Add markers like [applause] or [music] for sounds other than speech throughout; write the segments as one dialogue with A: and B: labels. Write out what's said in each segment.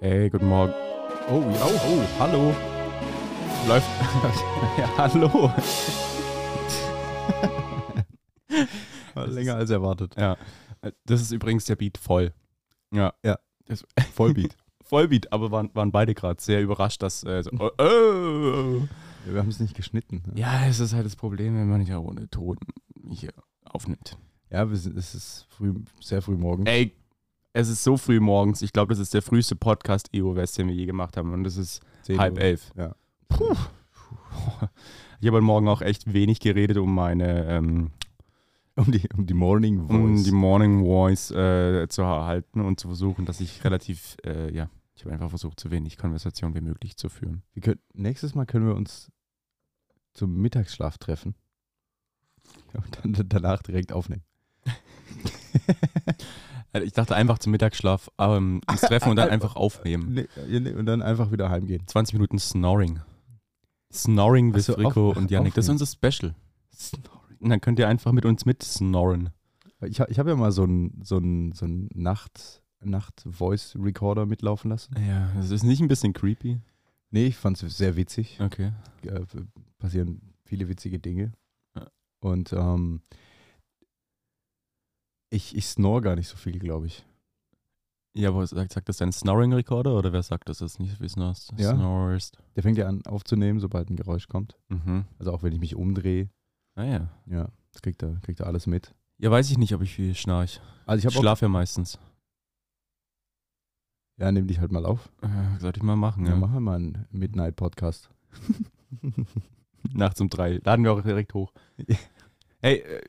A: Hey, guten Morgen. Oh, ja, oh, oh, hallo. Läuft. [laughs] ja, hallo.
B: War länger als erwartet.
A: Ja. Das ist übrigens der Beat voll. Ja.
B: Ja.
A: Das,
B: Vollbeat.
A: [laughs] Vollbeat, aber waren, waren beide gerade sehr überrascht, dass. Äh, so, oh, oh.
B: Ja, wir haben es nicht geschnitten. ne?
A: Ja, es ist halt das Problem, wenn man ja ohne Ton hier aufnimmt.
B: Ja, wir sind, es ist früh, sehr früh morgens.
A: Ey, es ist so früh morgens. Ich glaube, das ist der früheste Podcast EOS, den wir je gemacht haben. Und das ist
B: Zehn
A: halb
B: Uhr.
A: elf.
B: Ja.
A: Puh. [laughs] Ich habe heute Morgen auch echt wenig geredet, um meine ähm,
B: Um die, um die Morning Voice.
A: um die Morning Voice äh, zu erhalten und zu versuchen, dass ich relativ, äh, ja, ich habe einfach versucht, so wenig Konversation wie möglich zu [laughs] führen.
B: wir können, nächstes Mal können wir uns zum Mittagsschlaf treffen. [laughs] Und dann danach direkt aufnehmen.
A: Also ich dachte einfach zum Mittagsschlaf ähm, uns treffen und dann einfach aufnehmen.
B: Nee, ja, nee, und dann einfach wieder heimgehen.
A: 20 Minuten Snoring. Snoring with
B: Ach so, auf-
A: Rico und Yannick. Das ist
B: aufnehmen.
A: unser Special. Und dann könnt ihr einfach mit uns mit snorren.
B: Ich, ha- ich habe ja mal so einen so einen- so einen Nacht, Nacht-Voice-Recorder mitlaufen lassen.
A: Ja, das ist nicht ein bisschen creepy.
B: Nee, ich fand es sehr witzig.
A: Okay.
B: äh, f- passieren viele witzige Dinge.
A: Ja.
B: Und ähm, ich, ich snore gar nicht so viel, glaube ich.
A: Ja, aber sagt, sagt das dein Snoring-Recorder oder wer sagt das jetzt nicht, wie snorst?
B: Ja.
A: snorst?
B: Der fängt ja an aufzunehmen, sobald ein Geräusch kommt.
A: Mhm.
B: Also auch wenn ich mich umdrehe,
A: Naja.
B: ja, das kriegt er, kriegt er alles mit.
A: Ja, weiß ich nicht, ob ich viel schnarch.
B: Also
A: Ich
B: ich habe auch,
A: schlafe ja meistens.
B: ja, nimm dich halt mal auf.
A: Äh, sollte ich mal machen, ja.
B: Ja. Dann machen wir mal einen Midnight-Podcast.
A: Nachts um drei. Laden wir auch direkt hoch. Hey, äh,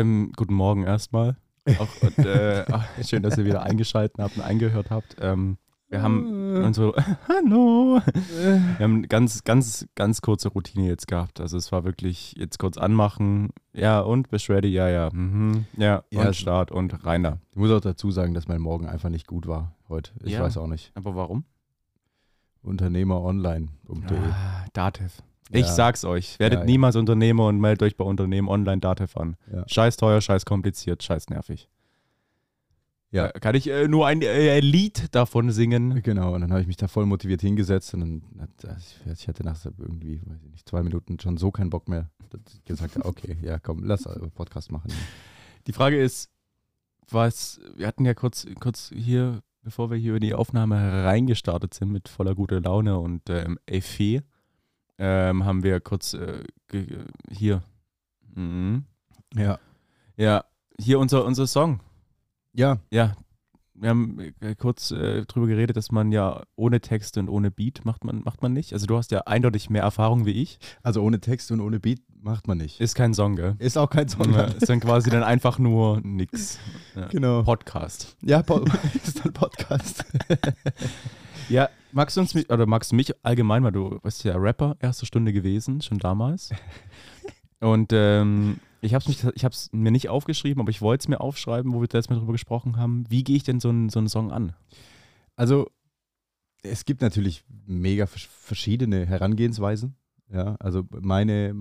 A: ähm, guten Morgen erstmal. Auch, und, äh, ach, schön, dass ihr wieder eingeschaltet habt und eingehört habt. Ähm, wir haben unsere [laughs] Hallo. Wir haben eine ganz, ganz, ganz kurze Routine jetzt gehabt. Also es war wirklich jetzt kurz anmachen, ja und Beschwerde, ja, ja, mhm, ja,
B: Ja,
A: und
B: es-
A: Start und rein da.
B: Ich muss auch dazu sagen, dass mein Morgen einfach nicht gut war heute. Ich
A: Ja.
B: weiß auch nicht.
A: Aber warum?
B: Unternehmeronline.de.
A: Ah, Datev. Ich
B: Ja.
A: sag's euch, werdet
B: Ja, ja.
A: niemals Unternehmer und meldet euch bei Unternehmen online Datev an.
B: Ja.
A: Scheiß teuer, scheiß kompliziert, scheiß nervig.
B: Ja.
A: Ja, kann ich äh, nur ein äh, Lied davon singen?
B: Genau, und dann habe ich mich da voll motiviert hingesetzt und dann hat, also ich, ich hatte nach irgendwie, weiß ich nicht, zwei Minuten schon so keinen Bock mehr, dass ich gesagt habe, okay, ja komm, lass einen Podcast machen.
A: Die Frage ist, was, wir hatten ja kurz, kurz hier, bevor wir hier über die Aufnahme reingestartet sind mit voller guter Laune und ähm, Effet, ähm, haben wir kurz äh, ge- hier, mhm.
B: Ja.
A: ja, hier unser, unser Song,
B: Ja,
A: ja, wir haben äh, kurz äh, drüber geredet, dass man ja ohne Text und ohne Beat macht man, macht man nicht. Also du hast ja eindeutig mehr Erfahrung wie ich.
B: also ohne Text und ohne Beat macht man nicht.
A: Ist kein Song, gell?
B: Ist auch kein Song.
A: Ja, ist dann quasi dann einfach nur nix.
B: Genau.
A: Podcast.
B: ja, po [laughs] ist ein Podcast.
A: Ja, magst du uns mit, oder magst du mich allgemein, weil du bist ja Rapper, erste Stunde gewesen, schon [laughs] damals. Und ähm, ich habe es ich hab's mir nicht aufgeschrieben, aber ich wollte es mir aufschreiben, wo wir letztes Mal drüber gesprochen haben. Wie gehe ich denn so einen, so einen Song an?
B: Also, es gibt natürlich mega versch- verschiedene Herangehensweisen. Ja, also meine,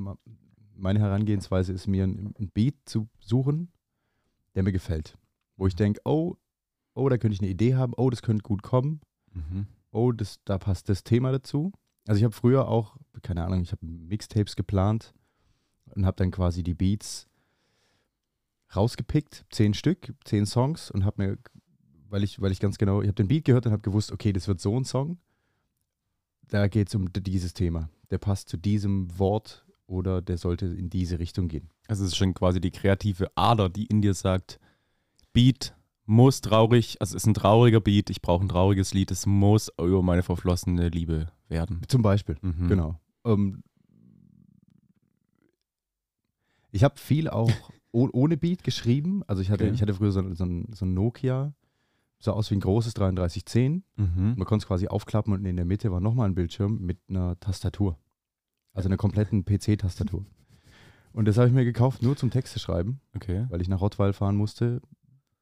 B: meine Herangehensweise ist mir ein, ein Beat zu suchen, der mir gefällt. Wo ich denke, oh, oh, da könnte ich eine Idee haben, oh, das könnte gut kommen,
A: Mhm.
B: oh, das, da passt das Thema dazu. Also ich habe früher auch, keine Ahnung, ich habe Mixtapes geplant und habe dann quasi die Beats rausgepickt, zehn Stück, zehn Songs und habe mir, weil ich, weil ich ganz genau, ich habe den Beat gehört und habe gewusst, okay, das wird so ein Song. Da geht es um d- dieses Thema. Der passt zu diesem Wort oder der sollte in diese Richtung gehen.
A: Also es ist schon quasi die kreative Ader, die in dir sagt, Beat muss traurig, also es ist ein trauriger Beat, ich brauche ein trauriges Lied, es muss über meine verflossene Liebe werden.
B: Zum Beispiel.
A: Mhm.
B: Genau. Ähm, ich habe viel auch [laughs] oh, ohne Beat geschrieben. Also ich hatte,
A: Okay.
B: ich hatte früher so, ein- so, ein, so ein Nokia, sah aus wie ein großes 3310.
A: Mhm.
B: Man konnte es quasi aufklappen und in der Mitte war nochmal ein Bildschirm mit einer Tastatur. Also einer kompletten PC-Tastatur. Und das habe ich mir gekauft, nur zum Texte schreiben,
A: Okay.
B: weil ich nach Rottweil fahren musste.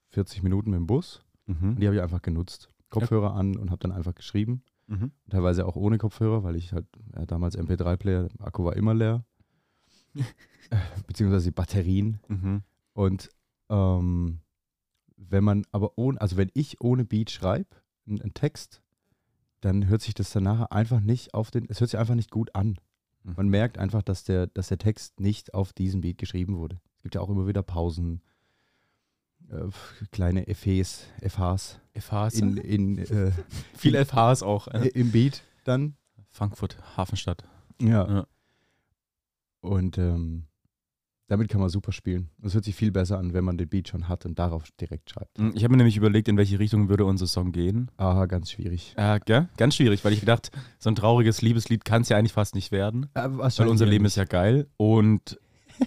B: 40 Minuten mit dem Bus. Und
A: Mhm.
B: die habe ich einfach genutzt. Kopfhörer an und habe dann einfach geschrieben
A: Mhm.
B: teilweise auch ohne Kopfhörer, weil ich halt ja, damals MP3-Player, Akku war immer leer, Äh, beziehungsweise die Batterien.
A: Mhm.
B: Und ähm, wenn man aber ohne, also wenn ich ohne Beat schreibe, einen Text, dann hört sich das danach einfach nicht auf den, es hört sich einfach nicht gut an.
A: Mhm.
B: Man merkt einfach, dass der, dass der Text nicht auf diesen Beat geschrieben wurde. Es gibt ja auch immer wieder Pausen, äh, kleine FEs, FHs
A: FHs.
B: in, in, äh,
A: Viele FHs auch.
B: äh,
A: Äh.
B: im Beat dann.
A: Frankfurt, Hafenstadt.
B: Ja.
A: Ja.
B: Und ähm, damit kann man super spielen. Und Es hört sich viel besser an, wenn man den Beat schon hat und darauf direkt schreibt.
A: Mhm. Ich habe mir nämlich überlegt, in welche Richtung würde unser Song gehen.
B: Aha, ganz schwierig.
A: Äh, gell? Ganz schwierig, weil ich gedacht, so ein trauriges Liebeslied kann es ja eigentlich fast nicht werden. Weil unser Leben ist ja geil und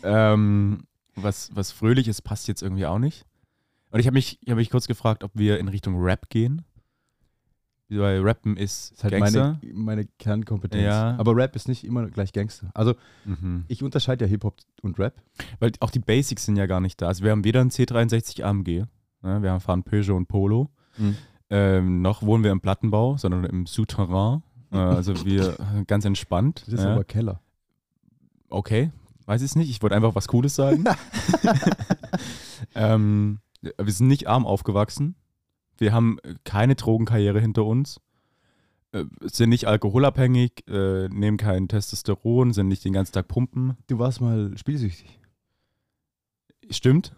A: ähm, was, was fröhlich ist, passt jetzt irgendwie auch nicht. Und ich habe mich, ich hab mich kurz gefragt, ob wir in Richtung Rap gehen. Weil Rappen ist,
B: ist halt meine, meine Kernkompetenz.
A: Ja.
B: Aber Rap ist nicht immer gleich Gangster. Also
A: Mhm.
B: ich unterscheide ja Hip-Hop und Rap.
A: Weil auch die Basics sind ja gar nicht da. Also wir haben weder ein C63 AMG, ne? wir haben fahren Peugeot und Polo,
B: Mhm.
A: ähm, noch wohnen wir im Plattenbau, sondern im Souterrain. Äh, also wir [laughs] ganz entspannt.
B: Das ist
A: ja.
B: aber Keller.
A: okay, weiß ich nicht. Ich wollte einfach was Cooles [laughs] sagen. ähm, wir sind nicht arm aufgewachsen. Wir haben äh, keine Drogenkarriere hinter uns. Äh, Sind nicht alkoholabhängig, äh, nehmen kein Testosteron, sind nicht den ganzen Tag pumpen.
B: Du warst mal
A: [laughs]
B: spielsüchtig.
A: Stimmt?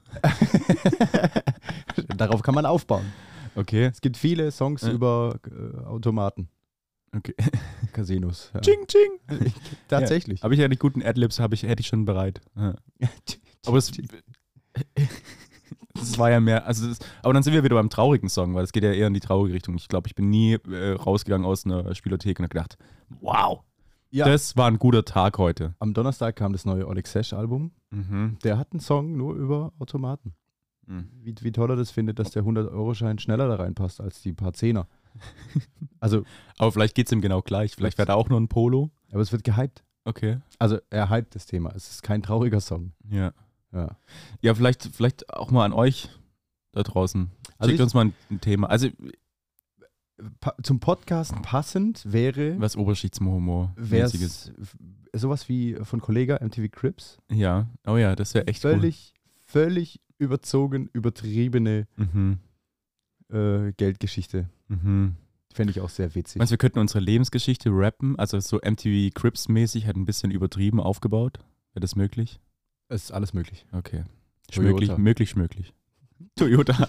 B: Darauf kann man aufbauen.
A: Okay.
B: Es gibt viele Songs
A: Ja.
B: über äh, Automaten,
A: okay.
B: Casinos. Ja.
A: Ching, ching.
B: Tatsächlich.
A: Habe ich ja die guten Adlibs, habe ich, hätte ich schon bereit. Ja.
B: [laughs]
A: Aber es, es war ja mehr, also es, aber dann sind wir wieder beim traurigen Song, weil es geht ja eher in die traurige Richtung. Ich glaube, ich bin nie äh, rausgegangen aus einer Spielothek und hab gedacht, wow,
B: Ja.
A: das war ein guter Tag heute.
B: Am Donnerstag kam das neue Oleg Sesh Album.
A: Mhm.
B: Der hat einen Song nur über Automaten. Wie, wie toll er das findet, dass der 100-Euro-Schein schneller da reinpasst als die paar Zehner. Also,
A: Aber vielleicht geht es ihm genau gleich. Vielleicht wäre da auch nur ein Polo.
B: aber es wird gehypt.
A: Okay.
B: Also, er hypt das Thema. Es ist kein trauriger Song.
A: Ja.
B: Ja.
A: Ja, vielleicht, vielleicht auch mal an euch da draußen.
B: Also
A: Schickt
B: ich-
A: uns mal ein, ein Thema. Also,
B: pa zum Podcast passend wäre
A: was Oberschichtsmohumor. mäßiges.
B: wär's f- sowas wie von Kollega MTV Crips.
A: Ja. Oh ja, das wäre echt cool.
B: Völlig, völlig überzogen, übertriebene
A: Mhm.
B: äh, Geldgeschichte.
A: Mhm.
B: Fände ich auch sehr witzig.
A: Meinst du, wir könnten unsere Lebensgeschichte rappen? Also so MTV Crips-mäßig, halt ein bisschen übertrieben aufgebaut? Wäre das möglich?
B: Es ist alles möglich.
A: Okay.
B: Toyota.
A: Schmöglich, möglich, [laughs] schmöglich. Toyota.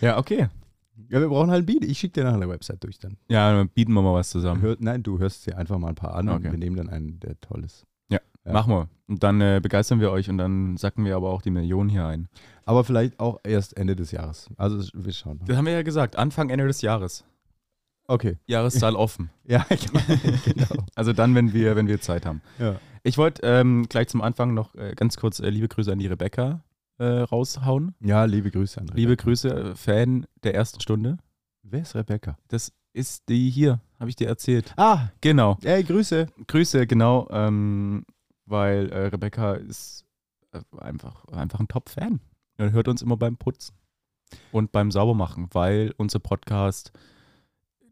A: ja, okay.
B: [laughs] Ja, wir brauchen halt ein Beat. Ich schicke dir nachher eine Website durch dann.
A: Ja, dann bieten wir mal was zusammen.
B: Hör, nein, du hörst dir einfach mal ein paar an und
A: Okay.
B: wir nehmen dann einen, der toll ist. ja.
A: Machen wir. Und dann äh, begeistern wir euch und dann sacken wir aber auch die Millionen hier ein.
B: Aber vielleicht auch erst Ende des Jahres. Also es- wir schauen. mal.
A: Das haben wir ja gesagt. Anfang, Ende des Jahres.
B: Okay.
A: [laughs] Jahreszahl offen.
B: Ja, genau.
A: Also dann, wenn wir, wenn wir Zeit haben.
B: Ja.
A: Ich wollte ähm, gleich zum Anfang noch äh, ganz kurz äh, liebe Grüße an die Rebecca äh, raushauen.
B: ja, liebe Grüße, André.
A: Liebe Grüße, äh, Fan der ersten Stunde.
B: Wer ist Rebecca?
A: Das ist die hier, habe ich dir erzählt.
B: Ah,
A: Genau.
B: ey, Grüße.
A: Grüße, genau, ähm, weil äh, Rebecca ist äh, einfach, einfach ein Top-Fan. Und hört uns immer beim Putzen und beim Saubermachen, weil unser Podcast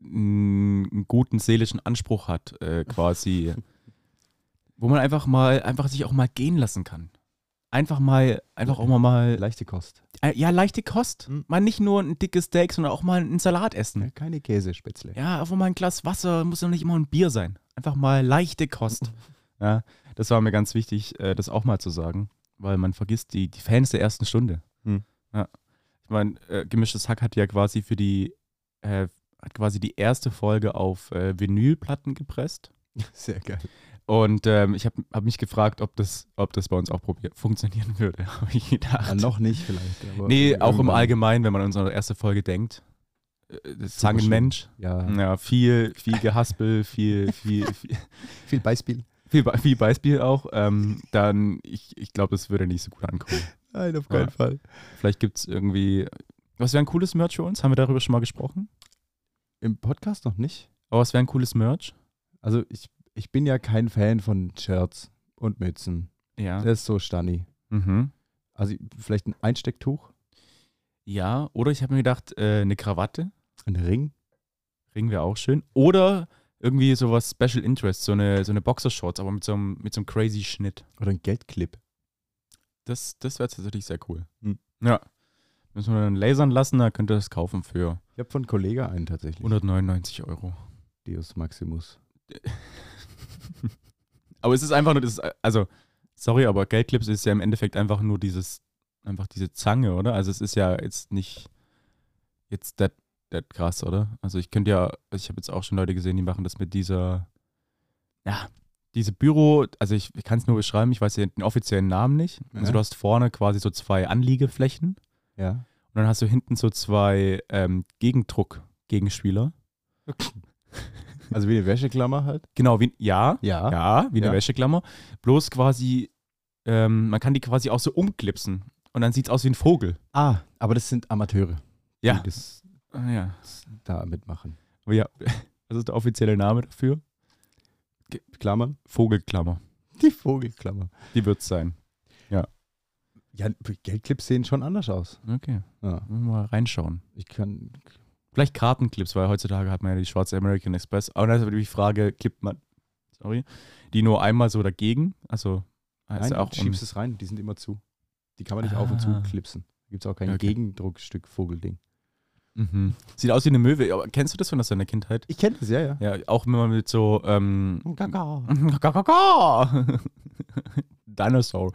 A: n- einen guten seelischen Anspruch hat, äh, quasi, wo man einfach mal, einfach sich auch mal gehen lassen kann. Einfach mal, einfach auch mal, mal
B: Leichte Kost.
A: Äh, Ja, leichte Kost.
B: Mhm.
A: Mal nicht nur ein dickes Steak, sondern auch mal einen Salat
B: Ja,
A: essen.
B: keine Käsespätzle.
A: Hm. Ja, einfach mal ein Glas Wasser, muss ja nicht immer ein Bier sein. Einfach mal leichte
B: [laughs]
A: Kost. ja, das war mir ganz wichtig, äh, das auch mal zu sagen, weil man vergisst die, die Fans der ersten Stunde.
B: Mhm.
A: Ja. Ich meine, äh, gemischtes Hack hat ja quasi für die, äh, hat quasi die erste Folge auf äh, Vinylplatten gepresst.
B: [laughs] Sehr geil.
A: Und ähm, ich habe hab mich gefragt, ob das, ob das bei uns auch probier- funktionieren würde, [laughs] habe ich gedacht.
B: Ja, noch nicht vielleicht. Aber
A: Nee, auch im
B: irgendwann.
A: Allgemeinen, wenn man an unsere erste Folge denkt. Äh, das Zangenmensch.
B: Ja,
A: Ja, viel, viel Gehaspel, viel, viel, viel,
B: viel Beispiel.
A: viel, Be- viel Beispiel auch. Ähm, dann, ich, ich glaube, das würde nicht so gut ankommen.
B: Nein, auf
A: keinen
B: keinen Fall.
A: Vielleicht gibt es irgendwie. Was wäre ein cooles Merch für uns? Haben wir darüber schon mal gesprochen?
B: Im Podcast noch nicht.
A: Aber was wäre ein cooles Merch?
B: Also ich, ich bin ja kein Fan von Shirts und Mützen.
A: Ja.
B: Das ist so Stanni.
A: Äh, Mhm.
B: Also vielleicht ein Einstecktuch,
A: Ja, oder ich habe mir gedacht, äh, eine Krawatte.
B: ein Ring.
A: Ring wäre auch schön. Oder irgendwie sowas Special Interest, so eine, so eine Boxershorts, aber mit so einem, mit so einem crazy Schnitt.
B: Oder ein Geldclip.
A: Das, das wäre tatsächlich sehr cool.
B: Hm.
A: Ja. Müssen wir dann lasern lassen, da könnt ihr das kaufen für
B: Ich habe von Kollega einen tatsächlich.
A: 199 Euro.
B: Deus Maximus.
A: Aber es ist einfach nur, das ist, also, sorry, aber Geldclips ist ja im Endeffekt einfach nur dieses, einfach diese Zange, oder? Also es ist ja jetzt nicht jetzt das das krass, oder? Also ich könnte ja, also ich habe jetzt auch schon Leute gesehen, die machen das mit dieser, ja, diese Büro, also ich, ich kann es nur beschreiben, ich weiß den offiziellen Namen nicht. Also
B: Ja.
A: du hast vorne quasi so zwei Anliegeflächen
B: Ja.
A: und dann hast du hinten so zwei ähm, Gegendruck-Gegenspieler.
B: Also wie eine Wäscheklammer halt.
A: Genau, wie, ja,
B: Ja.
A: Ja, wie eine
B: Ja.
A: Wäscheklammer. Bloß quasi, ähm, man kann die quasi auch so umklipsen. Und dann sieht es aus wie ein Vogel.
B: Ah, aber das sind Amateure,
A: Ja.
B: die das
A: Ah, Ja.
B: da mitmachen.
A: Aber ja, was ist der offizielle Name dafür?
B: Ge- Klammern?
A: Vogelklammer.
B: [laughs] Die Vogelklammer.
A: Die wird es sein.
B: Ja, Geldclips sehen schon anders aus.
A: Okay,
B: Ja.
A: mal reinschauen.
B: Ich kann.
A: Vielleicht Kartenclips, weil heutzutage hat man ja die schwarze American Express. Aber dann ist natürlich die Frage, klippt man, sorry, die nur einmal so dagegen? Also, heißt
B: Nein,
A: ja auch um-
B: du schiebst es rein, die sind immer zu. Die kann man nicht auf und
A: Ah.
B: zu klipsen. Gibt es auch kein
A: Okay.
B: Gegendruckstück Vogelding.
A: mhm. Sieht aus wie eine Möwe. Aber kennst du das von aus deiner Kindheit?
B: Ich kenne das, ja, ja.
A: Ja, auch wenn man mit so, ähm,
B: Gaga.
A: Dinosaur.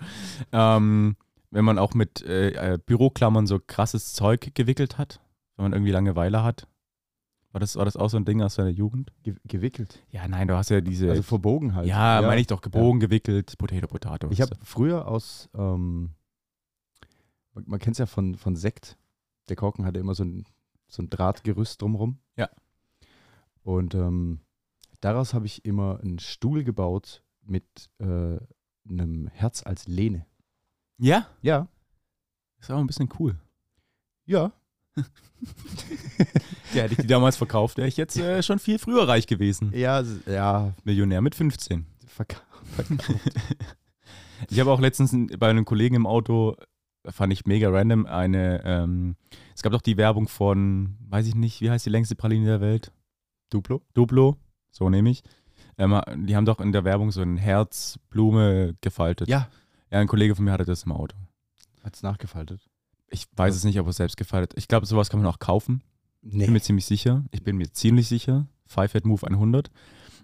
A: Ähm, wenn man auch mit äh, äh, Büroklammern so krasses Zeug gewickelt hat, wenn man irgendwie Langeweile hat. War das, war das auch so ein Ding aus deiner Jugend?
B: Ge gewickelt.
A: Ja, nein, du hast ja diese.
B: Also verbogen halt.
A: ja, meine ich doch, gebogen, gewickelt, Potato, Potato.
B: Ich habe früher aus, ähm, man, man kennt es ja von, von Sekt. Der Korken hatte immer so ein, so ein Drahtgerüst drumrum.
A: Ja.
B: Und ähm, daraus habe ich immer einen Stuhl gebaut mit äh, einem Herz als Lehne.
A: Ja,
B: Ja,
A: ist aber ein bisschen cool.
B: ja.
A: Ja, hätte ich die damals verkauft, wäre ich jetzt äh, schon viel früher reich gewesen.
B: Ja, s- ja,
A: Millionär mit 15.
B: verkauft.
A: Ich habe auch letztens n- bei einem Kollegen im Auto, fand ich mega random, eine, ähm, es gab doch die Werbung von, weiß ich nicht, wie heißt die längste Praline der Welt?
B: Duplo?
A: Duplo, so nehme ich. Ähm, die haben doch in der Werbung so ein Herz, Blume gefaltet.
B: Ja.
A: Ja, ein Kollege von mir hatte das im Auto.
B: Hat's nachgefaltet?
A: Ich weiß es nicht, ob er es selbst gefaltet Ich glaube, sowas kann man auch kaufen. Ich
B: Nee.
A: bin mir ziemlich sicher. Ich bin mir ziemlich sicher. Five Head Move 100.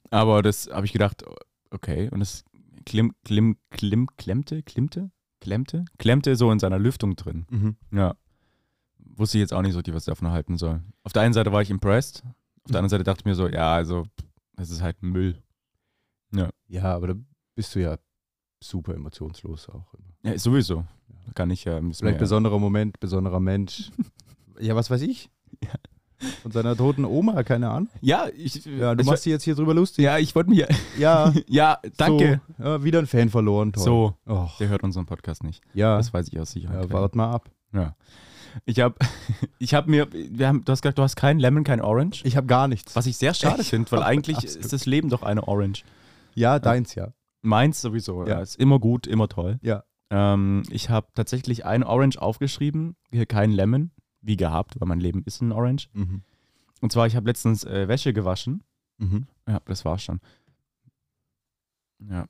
A: Aber das habe ich gedacht, okay. Und das klim, klim, klim, klemmte, klimmte, klemmte, klemmte so in seiner Lüftung drin.
B: Mhm.
A: Ja. Wusste ich jetzt auch nicht so richtig, was ich davon halten soll. Auf der einen Seite war ich impressed. Auf der anderen Seite dachte ich mir so, ja, also, pff, das ist halt Müll.
B: Ja, aber da bist du ja super emotionslos auch immer.
A: Ja, ist sowieso. Kann ich ja. müssen
B: Vielleicht
A: wir ja.
B: besonderer Moment, besonderer Mensch. [laughs] ja, was weiß ich? Von seiner toten Oma, keine Ahnung.
A: Ja, ich.
B: Ja, du
A: ich,
B: machst dir jetzt hier drüber lustig.
A: Ja, ich wollte mir.
B: [laughs] Ja,
A: [laughs] Ja, danke.
B: So, ja, wieder ein Fan verloren, toll.
A: So,
B: Och,
A: der hört unseren Podcast nicht.
B: ja,
A: Das weiß ich aus Sicherheit.
B: ja wart mal ab.
A: Ich habe [laughs] ich hab mir, wir haben, du hast gesagt, du hast kein Lemon, kein Orange.
B: Ich habe gar nichts.
A: Was ich sehr schade
B: Ich
A: finde, weil
B: hab
A: eigentlich
B: absolut-
A: ist das Leben doch eine Orange.
B: Ja, deins, ja.
A: Meins sowieso, ja.
B: Ja.
A: Ist immer gut, immer toll.
B: Ja.
A: Ähm, ich habe tatsächlich ein Orange aufgeschrieben, hier kein Lemon, wie gehabt, weil mein Leben ist ein Orange.
B: Mhm.
A: Und zwar, ich habe letztens äh, Wäsche gewaschen.
B: Mhm.
A: Ja, das war's schon. Ja,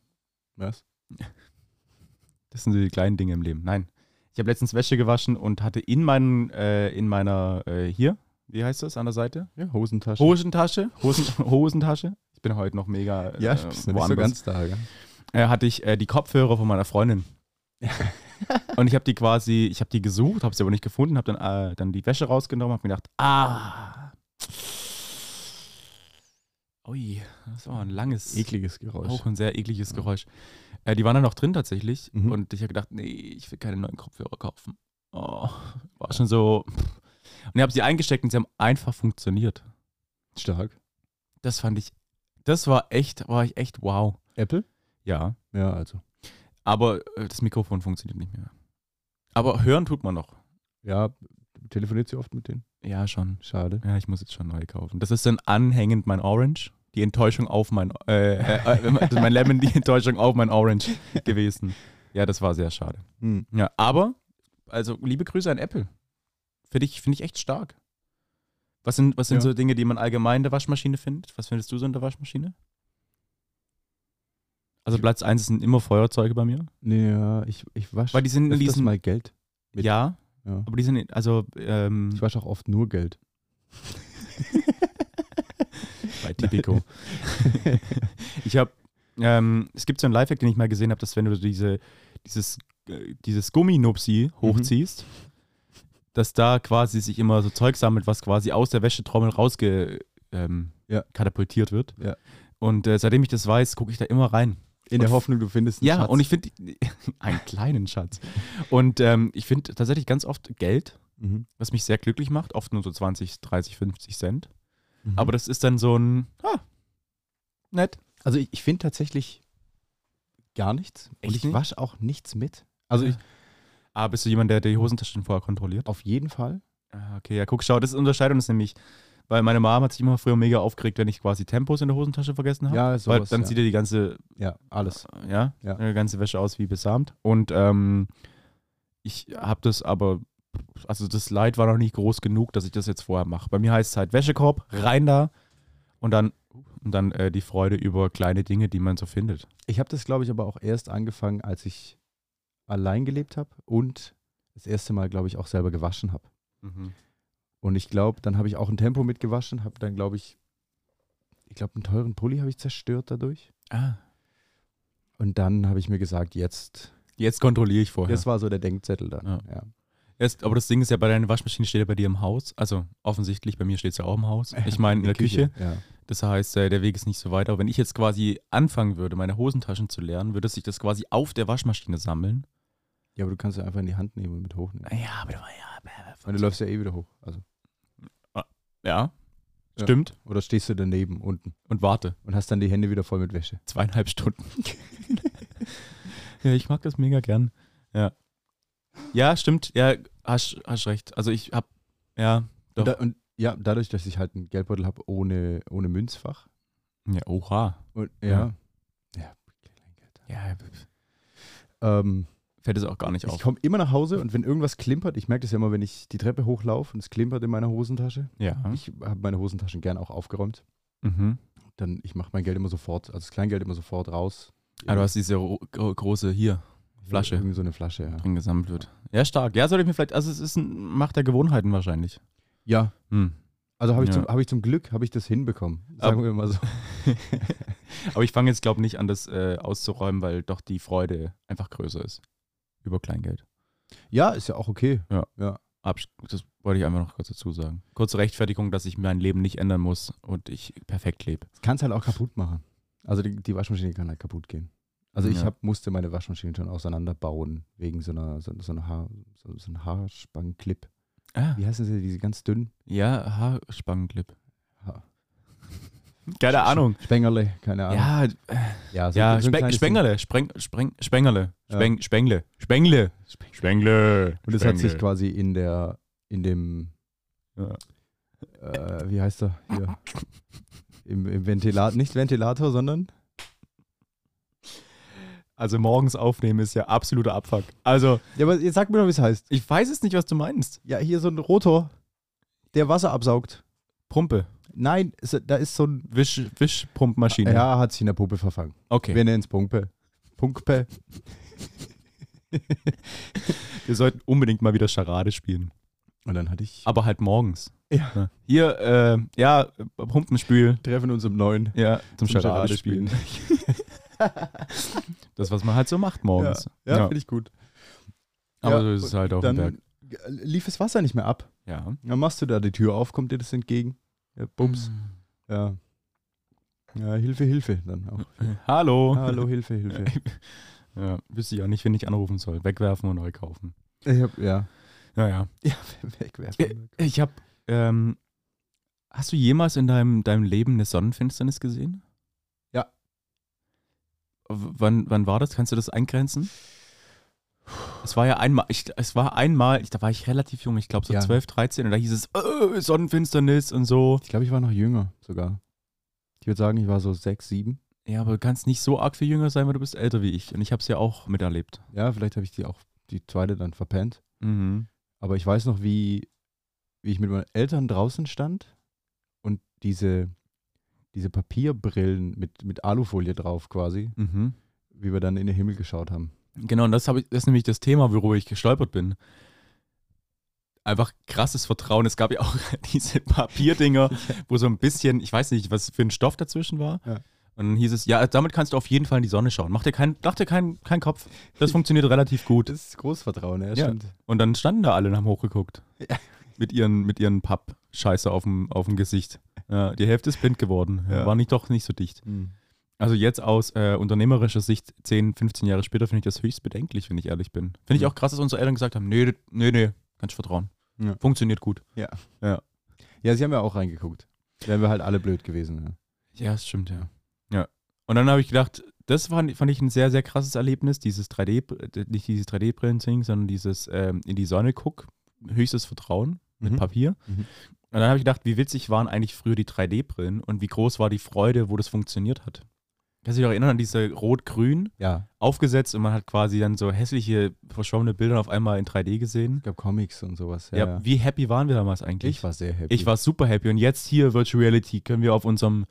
B: Was?
A: das sind so die kleinen Dinge im Leben. Nein. Ich habe letztens Wäsche gewaschen und hatte in, meinen, äh, in meiner, äh, hier, wie heißt das, an der Seite?
B: Ja, Hosentasche.
A: Hosentasche, Hosen,
B: [laughs]
A: Hosentasche. Ich bin heute noch mega.
B: ja,
A: äh,
B: ich bist noch nicht so
A: woanders.
B: ganz da, ja.
A: Äh, hatte ich äh, die Kopfhörer von meiner
B: [laughs]
A: Freundin. und ich habe die quasi, ich habe die gesucht, habe sie aber nicht gefunden, habe dann, äh, dann die Wäsche rausgenommen, habe mir gedacht, ah. Ui, das war ein langes,
B: Ekliges Geräusch.
A: auch ein sehr ekliges Geräusch. Äh, die waren dann noch drin tatsächlich
B: Mhm.
A: und ich habe gedacht, nee, ich will keine neuen Kopfhörer kaufen. Oh, war schon so. Und ich habe sie eingesteckt und sie haben einfach funktioniert.
B: Stark.
A: Das fand ich, das war echt, war ich echt wow.
B: Apple?
A: Ja.
B: Ja, also.
A: Aber äh, das Mikrofon funktioniert nicht mehr. Aber hören tut man noch.
B: Ja, telefoniert sie oft mit denen?
A: Ja, schon.
B: Schade.
A: Ja, ich muss jetzt schon neu kaufen. Das ist dann anhängend mein Orange. Die Enttäuschung auf mein, äh, äh, [laughs] äh, also mein Lemon, die Enttäuschung auf mein Orange gewesen. Ja, das war sehr schade.
B: Hm.
A: Ja, aber, also liebe Grüße an Apple. Finde ich, finde ich echt stark. Was sind, was sind
B: Ja.
A: so Dinge, die man allgemein in der Waschmaschine findet? Was findest du so in der Waschmaschine? Also Platz 1 sind immer Feuerzeuge bei mir.
B: Nee, ja, ich, ich wasche
A: Weil die sind in
B: öfters
A: diesem.
B: mal Geld. mit-
A: Ja,
B: Ja.
A: Aber die sind, also ähm,
B: Ich wasche auch oft nur Geld.
A: bei Tipico. [laughs] ich habe, ähm, es gibt so einen Lifehack, den ich mal gesehen habe, dass wenn du diese, dieses, äh, dieses Gumminupsi hochziehst, dass da quasi sich immer so Zeug sammelt, was quasi aus der Wäschetrommel rausge ähm,
B: Ja.
A: katapultiert wird.
B: Ja.
A: Und äh, seitdem ich das weiß, gucke ich da immer rein.
B: In der
A: Und-
B: Hoffnung, du findest einen
A: Ja,
B: Schatz.
A: und ich finde [laughs] einen kleinen Schatz. Und ähm, ich finde tatsächlich ganz oft Geld,
B: Mhm.
A: was mich sehr glücklich macht, oft nur so 20, 30, 50 Cent.
B: Mhm.
A: Aber das ist dann so ein, ah, nett.
B: Also ich, ich finde tatsächlich gar nichts.
A: Echt
B: und ich
A: nicht?
B: wasche auch nichts mit. Also ich,
A: Ah, bist du jemand, der die Hosentaschen vorher kontrolliert?
B: auf jeden Fall.
A: Ah, okay, ja, guck, schau, das ist Unterscheidung ist nämlich, weil meine Mom hat sich immer früher mega aufgeregt, wenn ich quasi Tempos in der Hosentasche vergessen habe.
B: Ja,
A: weil
B: sowas,
A: dann
B: ja.
A: sieht ihr die ganze,
B: ja, alles.
A: ja,
B: Ja.
A: die ganze Wäsche aus wie besamt. Und ähm, ich habe das aber, also das Leid war noch nicht groß genug, dass ich das jetzt vorher mache. Bei mir heißt es halt Wäschekorb, rein da und dann, und dann äh, die Freude über kleine Dinge, die man so findet.
B: Ich habe das, glaube ich, aber auch erst angefangen, als ich allein gelebt habe und das erste Mal, glaube ich, auch selber gewaschen habe. Mhm. Und ich glaube, dann habe ich auch ein Tempo mitgewaschen, habe dann, glaube ich, ich glaube, einen teuren Pulli habe ich zerstört dadurch.
A: Ah.
B: Und dann habe ich mir gesagt, jetzt,
A: Jetzt kontrolliere ich vorher.
B: das war so der Denkzettel dann.
A: Ja.
B: Oh Ja.
A: Erst, aber das Ding ist ja, bei deiner Waschmaschine steht ja bei dir im Haus. Also offensichtlich, bei mir steht es ja auch im [laughs] Haus. Ich
B: [laughs]
A: meine in der Küche.
B: Ja.
A: Das heißt, äh, der Weg ist nicht so weit. Aber wenn ich jetzt quasi anfangen würde, meine Hosentaschen zu leeren, würde sich das quasi auf der Waschmaschine sammeln.
B: ja, aber du kannst ja einfach in die Hand nehmen und mit hochnehmen.
A: Ja, aber ja.
B: Und du läufst ja eh wieder hoch. Also.
A: Ja,
B: Ja.
A: stimmt.
B: Oder stehst du daneben unten
A: Und warte.
B: und hast dann die Hände wieder voll mit Wäsche.
A: Zweieinhalb Stunden. [laughs] ja, ich mag das mega gern. Ja. Ja, stimmt. Ja, hast, hast recht. Also ich hab, ja, Doch.
B: Und, da, und ja, dadurch, dass ich halt einen Geldbeutel habe ohne, ohne Münzfach.
A: ja, oha.
B: Und,
A: Ja.
B: ja. Ja, Kleingeld.
A: Ja,
B: Ähm,
A: fällt es auch gar nicht
B: ich
A: auf.
B: komme immer nach Hause und wenn irgendwas klimpert, ich merke das ja immer, wenn ich die Treppe hochlaufe und es klimpert in meiner Hosentasche.
A: Ja.
B: Ich habe meine Hosentaschen gern auch aufgeräumt.
A: Mhm.
B: Dann, ich mache mein Geld immer sofort, also das Kleingeld immer sofort raus.
A: Ah, du hast diese ro- gro- große hier Flasche.
B: Irgendwie so eine Flasche, ja.
A: drin gesammelt wird. Ja, stark. Ja, sollte ich mir vielleicht, also es ist ein Macht der Gewohnheiten wahrscheinlich.
B: Ja,
A: Hm. [laughs]
B: also habe ich,
A: Ja.
B: zum- hab ich zum Glück, habe ich das hinbekommen. Sagen
A: Ab-
B: wir mal so.
A: Aber ich fange jetzt, glaube ich, nicht an, das äh, auszuräumen, weil doch die Freude einfach größer ist. Über Kleingeld.
B: Ja, ist ja auch okay.
A: Abs- Das wollte ich einfach noch kurz dazu sagen. Kurze Rechtfertigung, dass ich mein Leben nicht ändern muss und ich perfekt lebe.
B: Kannst halt auch kaputt machen. Also die, die Waschmaschine kann halt kaputt gehen. Also ich
A: Ja.
B: hab, musste meine Waschmaschine schon auseinanderbauen, wegen so einer so, so einer Haar, so, so einem Haarspangenclip.
A: Ah,
B: Wie heißen sie, diese ganz dünnen?
A: ja, Haarspangenclip.
B: Ha
A: Keine Ahnung. Also
B: Spengerle, keine Ahnung.
A: Ja,
B: ja,
A: ja
B: ein
A: Spe
B: kleines
A: Spengerle, Spreng, Spreng, Spengerle,
B: Ja.
A: Speng, Spengle, Spengle,
B: Ding.
A: Spengle.
B: Und es hat sich quasi in der, in dem,
A: Ja.
B: äh, wie heißt er hier? Im, im Ventilator, nicht Ventilator, sondern
A: Also morgens aufnehmen ist ja absoluter Abfuck. Also,
B: ja, aber jetzt sag mir doch, wie es heißt.
A: ich weiß es nicht, was du meinst.
B: Ja, hier so ein Rotor, der Wasser absaugt.
A: Pumpe.
B: Nein, es- da ist so ein
A: Wisch, Wischpumpmaschine.
B: Ja, hat sich in der Puppe verfangen.
A: Okay.
B: Wir nennen es Pumpe. Pumpe.
A: Wir sollten unbedingt mal wieder Charade spielen.
B: Und dann hatte ich.
A: Aber halt morgens.
B: Ja.
A: Ne? Hier, äh, ja, Pumpenspiel.
B: Treffen uns um neun.
A: Ja, zum,
B: Zum
A: Charade spielen.
B: [laughs]
A: das, was man halt so macht morgens.
B: Ja, finde ich gut.
A: Aber
B: Ja,
A: so ist es halt auf dem Berg.
B: Dann lief das Wasser nicht mehr ab.
A: Ja.
B: Dann machst du da die Tür auf, kommt dir das entgegen. Ja, bums. Ja. Ja, Hilfe, Hilfe. Dann auch.
A: Hallo.
B: Hallo, Hilfe, Hilfe.
A: Ja, wüsste ich auch nicht, wen ich anrufen soll. Wegwerfen und neu kaufen.
B: [laughs] Ich hab, ja.
A: Naja.
B: Ja, [laughs] wegwerfen.
A: Ich habe, ähm, hast du jemals in deinem, deinem Leben eine Sonnenfinsternis gesehen?
B: Ja.
A: W wann, wann war das? Kannst du das eingrenzen? Es war ja einmal, ich, es war einmal, ich, da war ich relativ jung, ich glaube so
B: Ja.
A: 12, 13 und da hieß es äh, Sonnenfinsternis und so.
B: Ich glaube, ich war noch jünger sogar. Ich würde sagen, ich war so sechs, sieben.
A: Ja, aber du kannst nicht so arg viel jünger sein, weil du bist älter wie ich und ich habe es ja auch miterlebt.
B: Ja, vielleicht habe ich die auch, die zweite dann verpennt.
A: Mhm.
B: Aber ich weiß noch, wie, wie ich mit meinen Eltern draußen stand und diese, diese Papierbrillen mit, mit Alufolie drauf quasi,
A: Mhm.
B: wie wir dann in den Himmel geschaut haben.
A: Genau, und das, hab ich, das ist nämlich das Thema, worüber ich gestolpert bin. einfach krasses Vertrauen. Es gab ja auch [laughs] diese Papierdinger,
B: [laughs]
A: wo so ein bisschen, ich weiß nicht, was für ein Stoff dazwischen war.
B: Ja.
A: Und dann hieß es, ja, damit kannst du auf jeden Fall in die Sonne schauen. Mach dir keinen mach dir keinen keinen Kopf. Das funktioniert relativ gut.
B: Das ist Großvertrauen, ja,
A: Ja.
B: stimmt.
A: Und dann standen da alle und haben hochgeguckt.
B: Ja.
A: Mit ihren, mit ihren Papp-Scheiße auf dem, auf dem Gesicht. Ja, die Hälfte ist blind geworden.
B: Ja.
A: War nicht doch nicht so dicht.
B: Hm.
A: Also jetzt aus äh, unternehmerischer Sicht, 10, 15 Jahre später, finde ich das höchst bedenklich, wenn ich ehrlich bin. Finde ich
B: Mhm.
A: auch krass, dass unsere Eltern gesagt haben, nee, das- nee, nee, kannst vertrauen.
B: Ja.
A: Funktioniert gut.
B: Ja, sie haben ja auch reingeguckt. Wären wir halt alle blöd gewesen. Ja.
A: Ja, das stimmt, ja. Ja. Und dann habe ich gedacht, das fand, fand ich ein sehr, sehr krasses Erlebnis, dieses 3D, äh, nicht dieses 3D-Printing, sondern dieses ähm, in die Sonne guck, höchstes Vertrauen mit
B: Mhm.
A: Papier.
B: Mhm.
A: Und dann habe ich gedacht, wie witzig waren eigentlich früher die 3D-Brillen und wie groß war die Freude, wo das funktioniert hat. Kannst du dich auch erinnern an diese rot-grün?
B: ja,
A: aufgesetzt und man hat quasi dann so hässliche, verschwommene Bilder auf einmal in 3D gesehen.
B: ich glaube Comics und sowas. Ja,
A: Ja,
B: ja.
A: wie happy waren wir damals eigentlich?
B: Ich war sehr happy.
A: Ich war super happy und jetzt hier Virtual Reality können wir auf unserem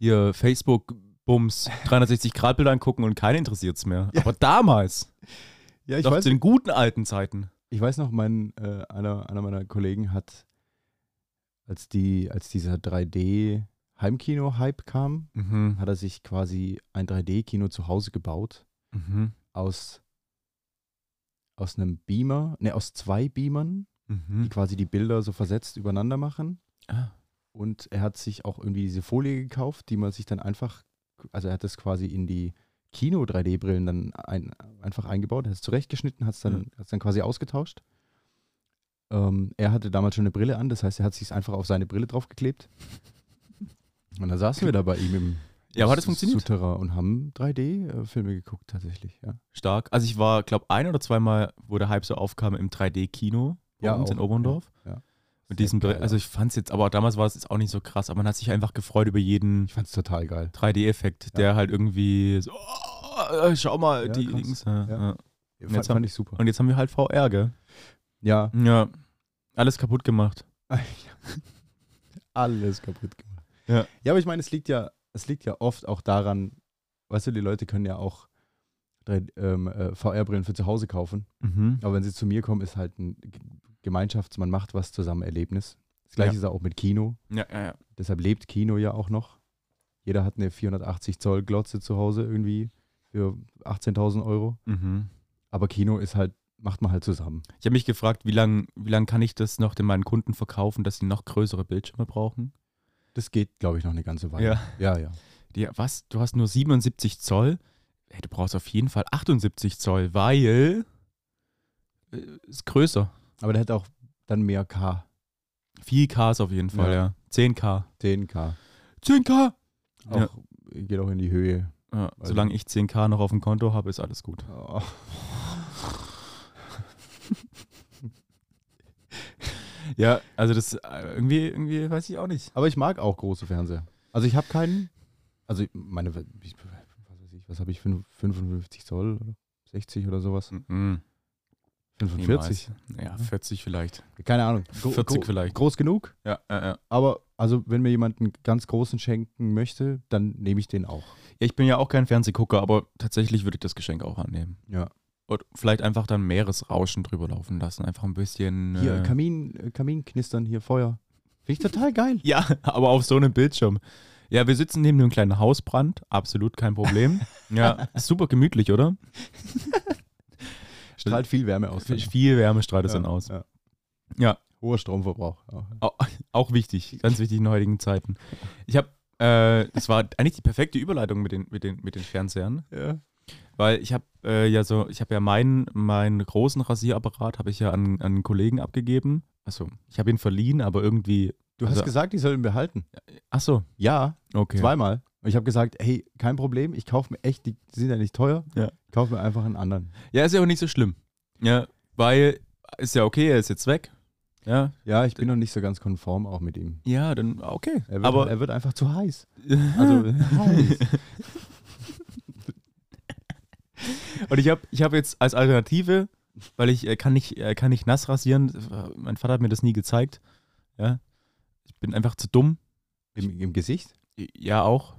A: hier Facebook
B: [laughs]
A: Bums 360 Grad Bilder angucken und keinen interessiert es mehr. Aber damals,
B: ja, ich
A: doch
B: weiß,
A: zu den guten alten Zeiten.
B: ich weiß noch, mein, äh, einer, einer meiner Kollegen hat, als, die, als dieser 3D-Heimkino-Hype kam,
A: Mhm.
B: hat er sich quasi ein 3D-Kino zu Hause gebaut
A: Mhm.
B: aus, aus einem Beamer, ne, aus zwei Beamern, die
A: Mhm.
B: quasi die Bilder so versetzt übereinander machen.
A: Ah.
B: Und er hat sich auch irgendwie diese Folie gekauft, die man sich dann einfach, also er hat das quasi in die Kino-3D-Brillen dann ein, einfach eingebaut, hat es zurechtgeschnitten, hat es dann,
A: Mhm.
B: hat's dann quasi ausgetauscht. Ähm, er hatte damals schon eine Brille an, das heißt, er hat sich einfach auf seine
A: [laughs]
B: Brille draufgeklebt. Und dann saßen wir da bei ihm im
A: Ja, aber hat es funktioniert?
B: Souterrain und haben 3D-Filme geguckt, tatsächlich. Ja,
A: Stark. Also ich war, glaube ein oder zweimal, wo der Hype so aufkam, im 3D-Kino bei
B: Ja,
A: uns in
B: auch,
A: Oberndorf. Mit diesem,
B: Sehr
A: Dre-
B: geil.
A: also ich fand es jetzt, aber damals war es jetzt auch nicht so krass, aber man hat sich einfach gefreut über jeden
B: ich fand es total geil.
A: 3D-Effekt, der halt irgendwie so, oh, äh, schau mal,
B: Ja,
A: die
B: krass.
A: Dings. Ja,
B: Ja.
A: ja.
B: Fand,
A: jetzt haben-
B: fand ich super.
A: Und jetzt haben wir halt VR, gell?
B: Ja, [laughs]
A: Ja. Alles kaputt gemacht.
B: alles kaputt gemacht.
A: Ja.
B: ja aber ich meine, es liegt ja, es liegt ja oft auch daran, weißt du, die Leute können ja auch drei- ähm, äh, VR-Brillen für zu Hause kaufen.
A: Mhm.
B: Aber wenn sie zu mir kommen, ist halt ein G- Gemeinschafts-, man macht was zusammen Erlebnis. Das gleiche
A: Ja.
B: ist auch mit Kino.
A: Ja, ja, ja.
B: Deshalb lebt Kino ja auch noch. Jeder hat eine 480-Zoll-Glotze zu Hause irgendwie für 18.000 Euro.
A: Mhm.
B: Aber Kino ist halt, macht man halt zusammen.
A: Ich habe mich gefragt, wie lange wie lang kann ich das noch den meinen Kunden verkaufen, dass sie noch größere Bildschirme brauchen?
B: Das geht, glaube ich, noch eine ganze Weile. ja. ja.
A: Die, was? Du hast nur 77 Zoll? Hey, du brauchst auf jeden Fall 78 Zoll, weil äh, ist größer.
B: Aber der hat auch dann mehr K,
A: 4K ist auf jeden Fall,
B: Ja.
A: ja. 10K.
B: 10K.
A: 10K! Ja.
B: Auch, Geht auch in die Höhe.
A: Ja,
B: Also-
A: solange ich 10K noch auf dem Konto habe, ist alles gut.
B: Oh.
A: Ja, also das äh, irgendwie, irgendwie weiß ich auch nicht.
B: Aber ich mag auch große Fernseher. Also ich habe keinen, also meine, ich, was weiß ich, was habe ich, fünf- 55 Zoll oder 60 oder sowas? 45?
A: Hm, Ja, 40 vielleicht.
B: Keine Ahnung. Gro-
A: 40
B: gro-
A: vielleicht.
B: Groß genug,
A: Ja, ja, ja.
B: aber also wenn mir jemand einen ganz großen schenken möchte, dann nehme ich den auch.
A: Ja, ich bin ja auch kein Fernsehgucker, aber tatsächlich würde ich das Geschenk auch annehmen.
B: Ja.
A: Und vielleicht einfach dann Meeresrauschen drüber laufen lassen. Einfach ein bisschen.
B: Hier,
A: äh,
B: Kamin, äh, Kamin knistern, hier Feuer. Finde ich total [laughs] geil.
A: ja, [laughs] aber auf so einem Bildschirm. Ja, wir sitzen neben einem kleinen Hausbrand. Absolut kein
B: [laughs]
A: Problem. ja, ist super gemütlich, oder?
B: Strahlt viel Wärme aus.
A: Viel Wärme strahlt es dann aus.
B: Ja.
A: Ja.
B: Hoher Stromverbrauch. Ja.
A: Au- [laughs] Auch wichtig, ganz wichtig in heutigen Zeiten. Ich habe, äh, das war eigentlich die perfekte Überleitung mit den, mit den, mit den Fernsehern,
B: Ja.
A: weil ich habe äh, ja so, ich habe ja meinen, meinen großen Rasierapparat habe ich ja an, an einen Kollegen abgegeben. Also ich habe ihn verliehen, aber irgendwie,
B: Du hast
A: Also-
B: gesagt, ich soll ihn behalten.
A: ach so,
B: Ja,
A: okay.
B: Zweimal. Und ich habe gesagt, hey, kein Problem, ich kaufe mir echt, die sind ja nicht teuer,
A: Ja.
B: ich kaufe mir einfach einen anderen.
A: Ja, ist ja auch nicht so schlimm. Ja, weil ist ja okay, er ist jetzt weg. Ja,
B: Ja, ich bin noch nicht so ganz konform auch mit ihm.
A: ja, dann okay. halt
B: Er wird,
A: aber
B: er wird einfach zu heiß.
A: [laughs]
B: Also, [laughs] heiß.
A: Und ich habe ich hab jetzt als Alternative, weil ich äh, kann, nicht, äh, kann nicht nass rasieren, äh, mein Vater hat mir das nie gezeigt. Ja. Ich bin einfach zu dumm.
B: Im, Im Gesicht?
A: Ja, auch.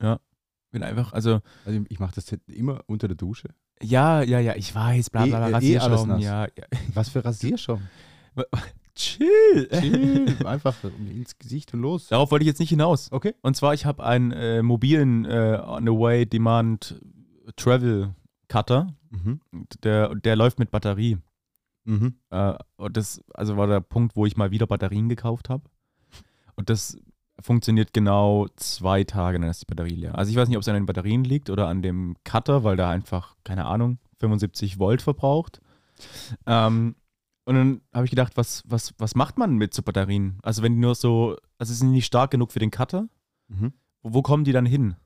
A: Ja. Bin einfach, also,
B: Also ich mache das immer unter der Dusche.
A: ja, ja, ja, ich weiß, bla bla bla,
B: Eh, eh, eh
A: Rasierschaum,
B: alles nass.
A: ja, ja.
B: Was für Rasierschaum?
A: Chill.
B: Chill, einfach um ins Gesicht und los.
A: [laughs] Darauf wollte ich jetzt nicht hinaus.
B: Okay.
A: Und zwar, ich habe einen äh, mobilen äh, On-the-Way-Demand-Travel-Cutter.
B: Mhm.
A: Der, der läuft mit Batterie.
B: Mhm.
A: Äh, und das also war der Punkt, wo ich mal wieder Batterien gekauft habe. Und das funktioniert genau zwei Tage, dann ist die Batterie leer. Also ich weiß nicht, ob es an den Batterien liegt oder an dem Cutter, weil der einfach, keine Ahnung, 75 Volt verbraucht. Ähm, und dann habe ich gedacht, was, was, was macht man mit so Batterien? Also wenn die nur so, also sind die nicht stark genug für den Cutter?
B: Mhm.
A: Wo, wo kommen die dann hin?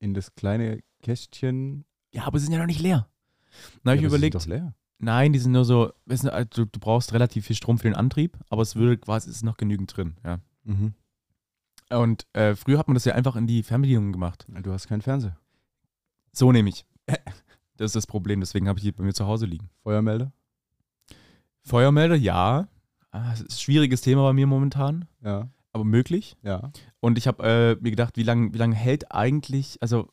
B: In das kleine Kästchen.
A: Ja, aber sie sind ja noch nicht leer. Dann habe ich
B: Ja, aber sie sind
A: überlegt,
B: Doch leer.
A: Nein, die sind nur so, weißt du, also du brauchst relativ viel Strom für den Antrieb, aber es würde quasi, es ist noch genügend drin, ja.
B: Mhm.
A: Und äh, früher hat man das ja einfach in die Fernbedienung gemacht.
B: Du hast keinen Fernseher.
A: So nehme ich. [laughs] Das ist das Problem, deswegen habe ich die bei mir zu Hause liegen.
B: Feuermelder?
A: Feuermelder, ja. Ah, es ist ein schwieriges Thema bei mir momentan,
B: Ja.
A: aber möglich.
B: Ja.
A: Und ich habe äh, mir gedacht, wie lange wie lang hält eigentlich, also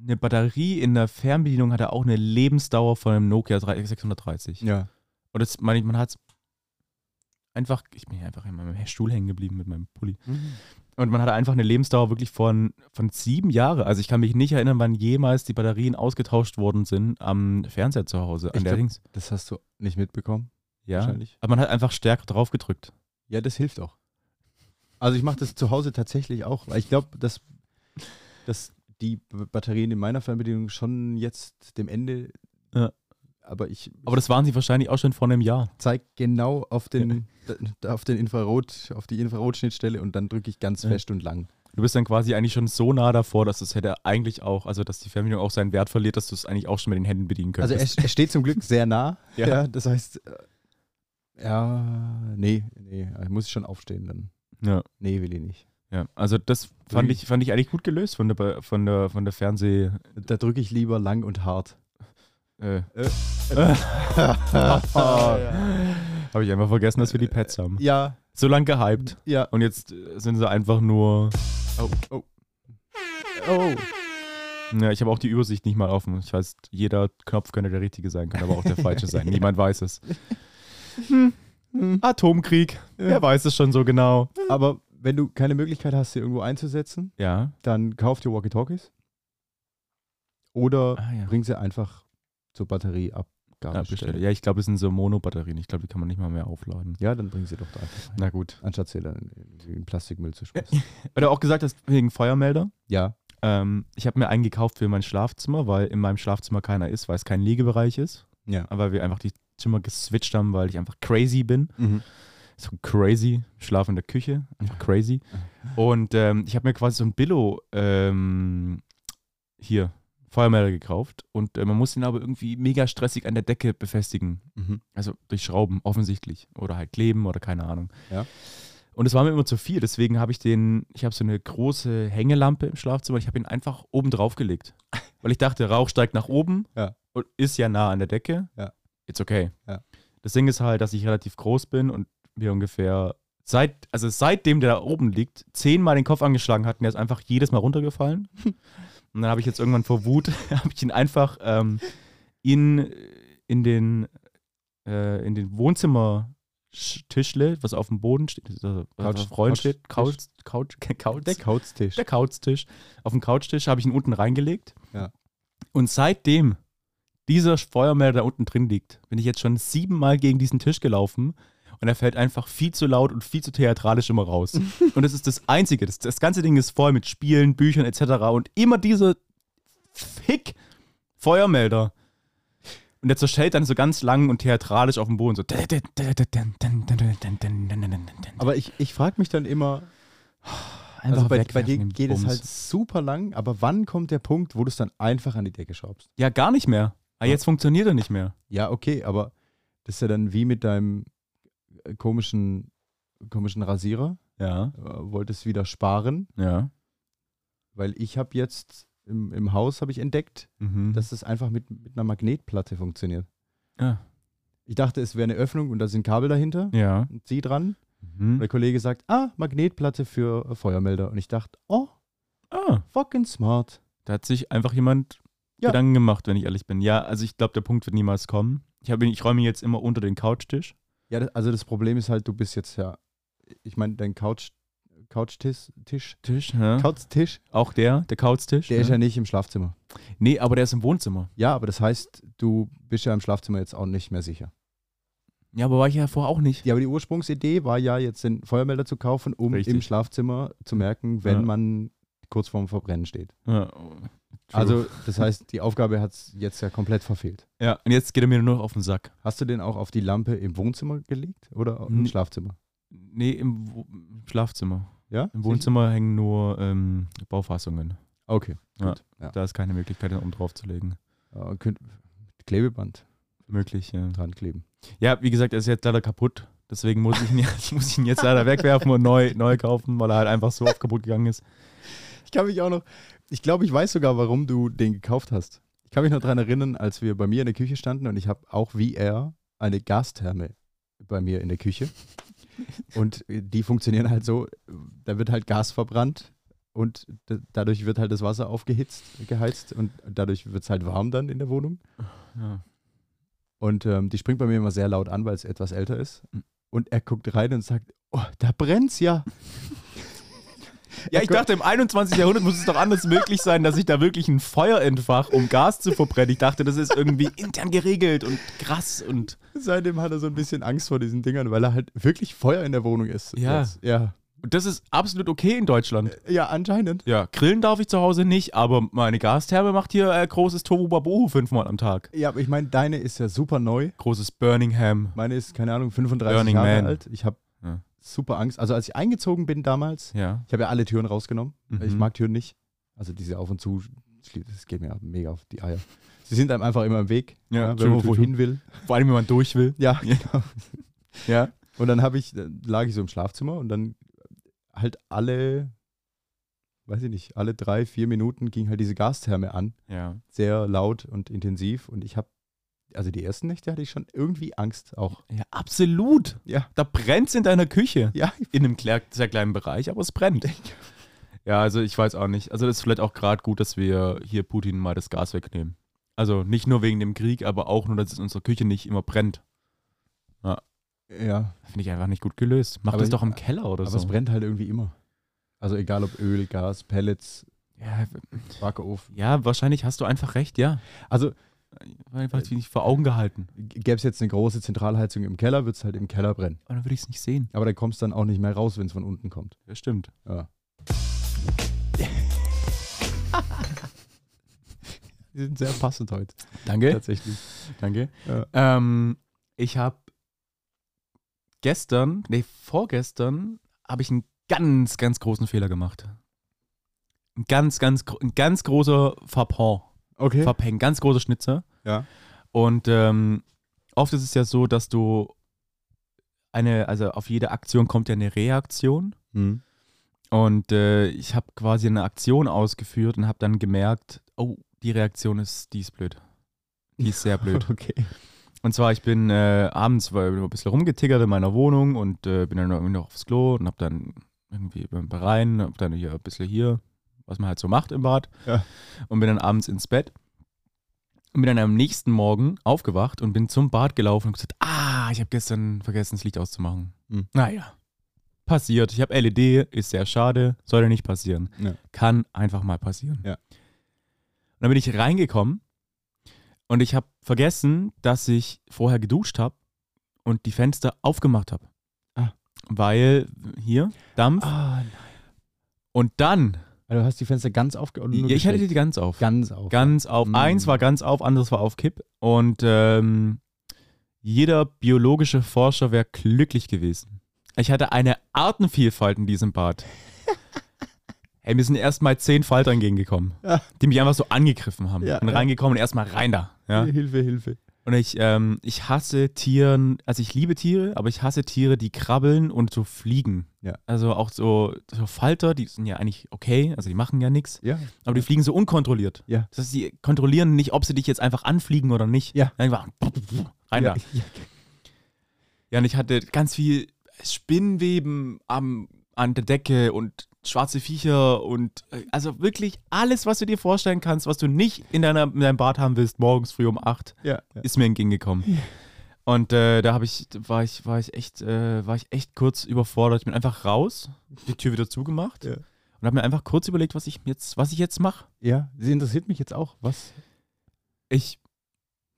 A: eine Batterie in der Fernbedienung hat ja auch eine Lebensdauer von einem Nokia 3- 630.
B: Ja.
A: Und das meine ich, man hat einfach, ich bin hier einfach in meinem Stuhl hängen geblieben mit meinem Pulli.
B: Mhm.
A: Und man hatte einfach eine Lebensdauer wirklich von, von sieben Jahren. Also ich kann mich nicht erinnern, wann jemals die Batterien ausgetauscht worden sind am Fernseher zu Hause, an
B: Ich
A: der
B: glaub,
A: Dings.
B: Das hast du nicht mitbekommen,
A: Ja.
B: wahrscheinlich.
A: Aber man hat einfach stärker drauf gedrückt.
B: Ja, das hilft auch. Also ich mache das zu Hause tatsächlich auch, weil ich glaube, dass, dass die B- Batterien in meiner Fernbedienung schon jetzt dem Ende,
A: Ja.
B: aber ich
A: Aber das waren sie wahrscheinlich auch schon vor einem Jahr.
B: zeige genau auf den, da- auf den Infrarot, auf die Infrarotschnittstelle und dann drücke ich ganz
A: Ja.
B: fest und lang.
A: Du bist dann quasi eigentlich schon so nah davor, dass das hätte eigentlich auch, also dass die Fernbedienung auch seinen Wert verliert, dass du es eigentlich auch schon mit den Händen bedienen
B: Also
A: könntest.
B: es, es steht zum Glück sehr nah.
A: Genau. [laughs] Ja.
B: das heißt, äh, ja, nee, nee, ich muss schon aufstehen dann.
A: ja.
B: Nee, will ich nicht.
A: ja. Also das fand ich, fand ich eigentlich gut gelöst von der, Ba- von der, von der Fernseh.
B: Da drücke ich lieber lang
A: [laughs]
B: und hart.
A: Äh, Ah.
B: ja.
A: Habe ich einfach vergessen, dass wir die Pads haben.
B: ja,
A: So lange gehypt
B: ja.
A: und jetzt äh, sind sie einfach nur.
B: Oh, oh. Oh.
A: Ja, ich habe auch die Übersicht nicht mal offen. Ich weiß, jeder Knopf könnte der richtige sein, kann aber auch der falsche [laughs] sein. Niemand weiß es. Atomkrieg. Wer weiß es schon so genau?
B: Aber wenn du keine Möglichkeit hast, sie irgendwo einzusetzen,
A: Ja.
B: dann kauf dir Walkie-Talkies. Oder
A: Ah, ja.
B: bring sie einfach zur
A: Ja,
B: Batterieabgabestelle.
A: Ah, bestell. ja, ich glaube, es sind so Monobatterien. Ich glaube, die kann man nicht mal mehr aufladen.
B: ja, dann bring sie doch da einfach rein.
A: Na gut.
B: Anstatt sie dann irgendwie in Plastikmüll zu schmeißen.
A: Weil du auch gesagt hast, wegen Feuermelder.
B: ja.
A: Ähm, ich habe mir einen gekauft für mein Schlafzimmer, weil in meinem Schlafzimmer keiner ist, weil es kein Liegebereich ist.
B: Ja.
A: Aber wir einfach die Zimmer geswitcht haben, weil ich einfach crazy bin.
B: Mhm.
A: so crazy, schlaf in der Küche, einfach crazy. Und ähm, ich habe mir quasi so ein Billo ähm, hier, Feuermelder gekauft und äh, man muss ihn aber irgendwie mega stressig an der Decke befestigen.
B: Mhm.
A: Also durch Schrauben, offensichtlich. Oder halt kleben oder keine Ahnung.
B: Ja.
A: Und es war mir immer zu viel, deswegen habe ich den, ich habe so eine große Hängelampe im Schlafzimmer, ich habe ihn einfach oben drauf gelegt. Weil ich dachte, Rauch steigt nach oben
B: Ja.
A: und ist ja nah an der Decke.
B: Ja.
A: It's okay.
B: Ja.
A: Das Ding ist halt, dass ich relativ groß bin und wir ungefähr seit, also seitdem der da oben liegt, zehnmal den Kopf angeschlagen hatten, der ist einfach jedes Mal
B: [laughs]
A: runtergefallen. und dann habe ich jetzt irgendwann vor Wut, [laughs] habe ich ihn einfach ähm, in, in den äh, in den Wohnzimmertischle, was auf dem Boden steht, also
B: Couch-
A: auf Rollen
B: Couch-
A: steht, Couch, Couch, Couch,
B: Der Couchtisch.
A: der Couchtisch. Auf dem Couchtisch habe ich ihn unten reingelegt.
B: Ja.
A: Und seitdem dieser Feuermelder da unten drin liegt, bin ich jetzt schon siebenmal gegen diesen Tisch gelaufen und er fällt einfach viel zu laut und viel zu theatralisch immer
B: [laughs]
A: raus. und das ist das Einzige. Das, das ganze Ding ist voll mit Spielen, Büchern etc. Und immer diese Fick Feuermelder. Und der zerschellt dann so ganz lang und theatralisch auf dem Boden. So. Aber
B: Aber ich, ich frage mich dann immer, also bei, bei dir geht es halt super lang, aber wann kommt der Punkt, wo du es dann einfach an die Decke schraubst?
A: Ja, gar nicht mehr. Ah, jetzt funktioniert er nicht mehr.
B: Ja, okay, aber das ist ja dann wie mit deinem äh, komischen, komischen Rasierer.
A: Ja,
B: Äh, Wolltest wieder sparen,
A: ja.
B: weil ich habe jetzt im, im Haus habe ich entdeckt,
A: Mhm.
B: dass es einfach mit, mit einer Magnetplatte funktioniert.
A: ja.
B: Ich dachte, es wäre eine Öffnung und da sind Kabel dahinter.
A: ja. Hm.
B: Und zieh dran. Und
A: Mhm.
B: der Kollege sagt, ah, Magnetplatte für äh, Feuermelder. Und ich dachte, oh,
A: Ah,
B: fucking smart.
A: da hat sich einfach jemand
B: Ja.
A: Gedanken gemacht, wenn ich ehrlich bin. Ja, also ich glaube, der Punkt wird niemals kommen. Ich, hab ihn- ich räume ihn jetzt immer unter den Couchtisch.
B: Ja, das, also das Problem ist halt, du bist jetzt ja, ich meine, dein Couch, Couchtisch, Tisch,
A: Tisch, ja.
B: Couchtisch,
A: Auch der, der Couchtisch.
B: der
A: ja.
B: ist ja nicht im Schlafzimmer.
A: nee, aber der ist im Wohnzimmer.
B: Ja, aber das heißt, du bist ja im Schlafzimmer jetzt auch nicht mehr sicher.
A: Ja, aber war ich ja vorher auch nicht.
B: Ja, aber die Ursprungsidee war ja, jetzt den Feuermelder zu kaufen, um
A: Richtig.
B: im Schlafzimmer zu merken, wenn
A: Ja.
B: man kurz vorm Verbrennen steht.
A: Ja.
B: Also, das heißt, die Aufgabe hat es jetzt ja komplett verfehlt.
A: ja, und jetzt geht er mir nur noch auf den Sack.
B: Hast du den auch auf die Lampe im Wohnzimmer gelegt oder im
A: Nee.
B: Schlafzimmer?
A: Nee, im, Wo- im Schlafzimmer.
B: Ja?
A: Im Wohnzimmer hängen nur ähm, Baufassungen.
B: Okay, gut. Ja.
A: Da ist keine Möglichkeit, um draufzulegen.
B: Äh, könnt- Klebeband
A: Möglich, ja.
B: dran kleben.
A: Ja, wie gesagt, er ist jetzt leider kaputt. Deswegen muss ich ihn, jetzt- [laughs] muss ich ihn jetzt leider wegwerfen und neu, neu kaufen, weil er halt einfach so oft kaputt gegangen ist.
B: Ich kann mich auch noch, ich glaube, ich weiß sogar, warum du den gekauft hast. Ich kann mich noch daran erinnern, als wir bei mir in der Küche standen und ich habe auch wie er eine Gastherme bei mir in der Küche. Und die funktionieren halt so, da wird halt Gas verbrannt und d- dadurch wird halt das Wasser aufgehitzt, geheizt und dadurch wird es halt warm dann in der Wohnung.
A: Ja.
B: Und ähm, die springt bei mir immer sehr laut an, weil es etwas älter ist. Und er guckt rein und sagt, oh, da brennt's ja.
A: Ja, ich dachte, im 21. Jahrhundert muss es doch anders möglich sein, dass ich da wirklich ein Feuer entfache, um Gas zu verbrennen. Ich dachte, das ist irgendwie intern geregelt und krass und.
B: [laughs] Seitdem hat er so ein bisschen Angst vor diesen Dingern, weil er halt wirklich Feuer in der Wohnung ist.
A: Ja.
B: Jetzt. Ja,
A: Und das ist absolut okay in Deutschland.
B: ja anscheinend.
A: Ja, grillen darf ich zu Hause nicht, aber meine Gastherme macht hier äh, großes Tobu Babohu fünfmal am Tag.
B: Ja, aber ich meine, deine ist ja super neu.
A: Großes Birmingham.
B: Meine ist, keine Ahnung, 35
A: Burning
B: Jahre
A: Man.
B: alt. Ich habe
A: Ja.
B: super Angst. Also als ich eingezogen bin damals,
A: Ja.
B: ich habe ja alle Türen rausgenommen.
A: Mhm.
B: Ich mag Türen nicht. Also diese auf und zu, das geht mir mega auf die Eier. Sie sind einem einfach immer im Weg,
A: Ja,
B: wenn
A: true,
B: man
A: true,
B: wohin will.
A: Vor allem, wenn man durch will.
B: [laughs] Ja, genau.
A: Ja.
B: Und dann habe ich, dann lag ich so im Schlafzimmer und dann halt alle, weiß ich nicht, alle drei, vier Minuten ging halt diese Gastherme an.
A: Ja.
B: Sehr laut und intensiv. Und ich habe, also die ersten Nächte hatte ich schon irgendwie Angst auch. [laughs]
A: Ja, absolut.
B: Ja.
A: Da brennt's in deiner Küche.
B: Ja, ich-
A: In einem kle- sehr kleinen Bereich, aber es brennt. Ja, also ich weiß auch nicht. Also das ist vielleicht auch gerade gut, dass wir hier Putin mal das Gas wegnehmen. Also nicht nur wegen dem Krieg, aber auch nur, dass es in unserer Küche nicht immer brennt.
B: ja.
A: Finde ich einfach nicht gut gelöst. Mach
B: Aber
A: das
B: ich-
A: doch im Keller oder
B: Aber
A: so.
B: es brennt halt irgendwie immer. Also egal ob Öl, Gas, Pellets,
A: Ja,
B: Backofen.
A: ja, wahrscheinlich hast du einfach recht, ja.
B: Also
A: Einfach nicht vor Augen gehalten.
B: gäbe es jetzt eine große Zentralheizung im Keller, würde es halt im Keller brennen.
A: Aber dann würde ich es nicht sehen.
B: Aber da kommst du dann auch nicht mehr raus, wenn es von unten kommt.
A: Ja, stimmt.
B: Ja. Die sind sehr passend heute.
A: Danke.
B: Tatsächlich.
A: Danke.
B: Ja.
A: Ähm, ich habe gestern, nee, vorgestern, habe ich einen ganz, ganz großen Fehler gemacht. Ein ganz, ganz, gro- ein ganz großer Verpon,
B: Okay.
A: Verpeng, ganz großer Schnitzer.
B: Ja.
A: Und ähm, oft ist es ja so, dass du eine, also auf jede Aktion kommt ja eine Reaktion.
B: Mhm.
A: Und äh, ich habe quasi eine Aktion ausgeführt und habe dann gemerkt, oh, die Reaktion ist, die ist blöd. Die ist
B: [laughs]
A: sehr blöd.
B: Okay.
A: Und zwar, ich bin äh, abends weil, ein bisschen rumgetickert in meiner Wohnung und äh, bin dann irgendwie noch aufs Klo und hab dann irgendwie beim Rein, hab dann hier ein bisschen hier, was man halt so macht im Bad.
B: Ja.
A: Und bin dann abends ins Bett und bin dann am nächsten Morgen aufgewacht und bin zum Bad gelaufen und gesagt, ah, ich habe gestern vergessen, das Licht auszumachen.
B: Mhm.
A: Naja, passiert. Ich habe LED, ist sehr schade, sollte nicht passieren.
B: Ja.
A: Kann einfach mal passieren.
B: Ja.
A: Und dann bin ich reingekommen und ich habe vergessen, dass ich vorher geduscht habe und die Fenster aufgemacht habe.
B: Ah.
A: Weil hier Dampf.
B: Ah,
A: Und dann,
B: also du hast die Fenster ganz aufgeöffnet.
A: ja, ich hatte die ganz auf.
B: ganz auf.
A: Ganz auf.
B: Mm.
A: Eins war ganz auf, anderes war auf Kipp. Und ähm, jeder biologische Forscher wäre glücklich gewesen. Ich hatte eine Artenvielfalt in diesem
B: [laughs]
A: Bad. Hey, mir sind erstmal zehn Falter entgegengekommen,
B: Ja.
A: die mich einfach so angegriffen haben.
B: Ja,
A: Bin
B: ja.
A: reingekommen und erstmal rein da. Ja?
B: Hilfe, Hilfe.
A: Und ich, ähm, ich hasse Tieren, also ich liebe Tiere, aber ich hasse Tiere, die krabbeln und so fliegen.
B: Ja.
A: Also auch so, so Falter, die sind ja eigentlich okay, also die machen ja nichts.
B: Ja.
A: Aber die fliegen so unkontrolliert.
B: Ja.
A: Das heißt, sie kontrollieren nicht, ob sie dich jetzt einfach anfliegen oder nicht.
B: Ja.
A: Dann war rein
B: [laughs] ja.
A: da. Ja, und ich hatte ganz viel Spinnweben am, an der Decke und schwarze Viecher und äh, also wirklich alles, was du dir vorstellen kannst, was du nicht in, deiner, in deinem Bad haben willst, morgens früh um 8,
B: Ja. ja.
A: ist mir entgegengekommen. Und äh, da habe ich, war ich, war ich echt, äh, war ich echt kurz überfordert. Ich bin einfach raus, die Tür wieder zugemacht
B: Ja.
A: und habe mir einfach kurz überlegt, was ich jetzt, was ich jetzt mache.
B: Ja, sie interessiert mich jetzt auch. Was?
A: Ich,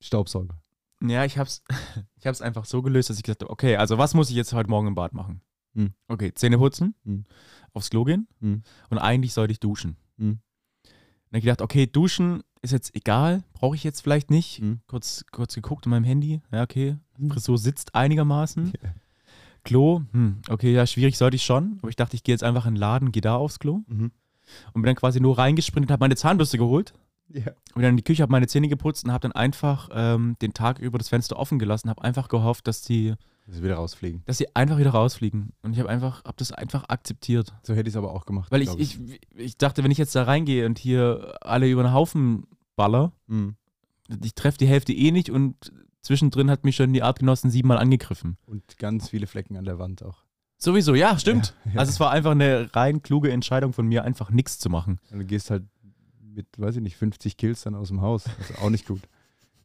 B: Staubsauger.
A: ja, ich hab's, [laughs] ich hab's einfach so gelöst, dass ich gesagt habe, okay, also was muss ich jetzt heute Morgen im Bad machen?
B: Hm.
A: Okay, Zähne putzen,
B: Hm.
A: aufs Klo gehen
B: Hm.
A: und eigentlich sollte ich duschen.
B: Hm.
A: Und dann gedacht, okay, duschen ist jetzt egal, brauche ich jetzt vielleicht nicht.
B: Hm.
A: Kurz, kurz geguckt in meinem Handy, ja, okay,
B: Hm.
A: Frisur sitzt einigermaßen.
B: Ja.
A: Klo, hm, okay, ja, schwierig sollte ich schon. Aber ich dachte, ich gehe jetzt einfach in den Laden, gehe da aufs Klo
B: Mhm.
A: und bin dann quasi nur reingesprintet, habe meine Zahnbürste geholt,
B: Ja.
A: bin dann in die Küche, habe meine Zähne geputzt und habe dann einfach ähm, den Tag über das Fenster offen gelassen, habe einfach gehofft, dass die,
B: Das wieder rausfliegen.
A: dass sie einfach wieder rausfliegen. Und ich habe einfach, habe das einfach akzeptiert.
B: So hätte ich es aber auch gemacht.
A: Weil ich,
B: glaub
A: ich, ich dachte, wenn ich jetzt da reingehe und hier alle über den Haufen baller,
B: Mhm.
A: ich treffe die Hälfte eh nicht und zwischendrin hat mich schon die Artgenossen siebenmal angegriffen.
B: Und ganz viele Flecken an der Wand auch.
A: Sowieso, ja, stimmt.
B: Ja, ja.
A: Also es war einfach eine rein kluge Entscheidung von mir, einfach nichts zu machen.
B: Und du gehst halt mit, weiß ich nicht, 50 Kills dann aus dem Haus. Also auch nicht gut.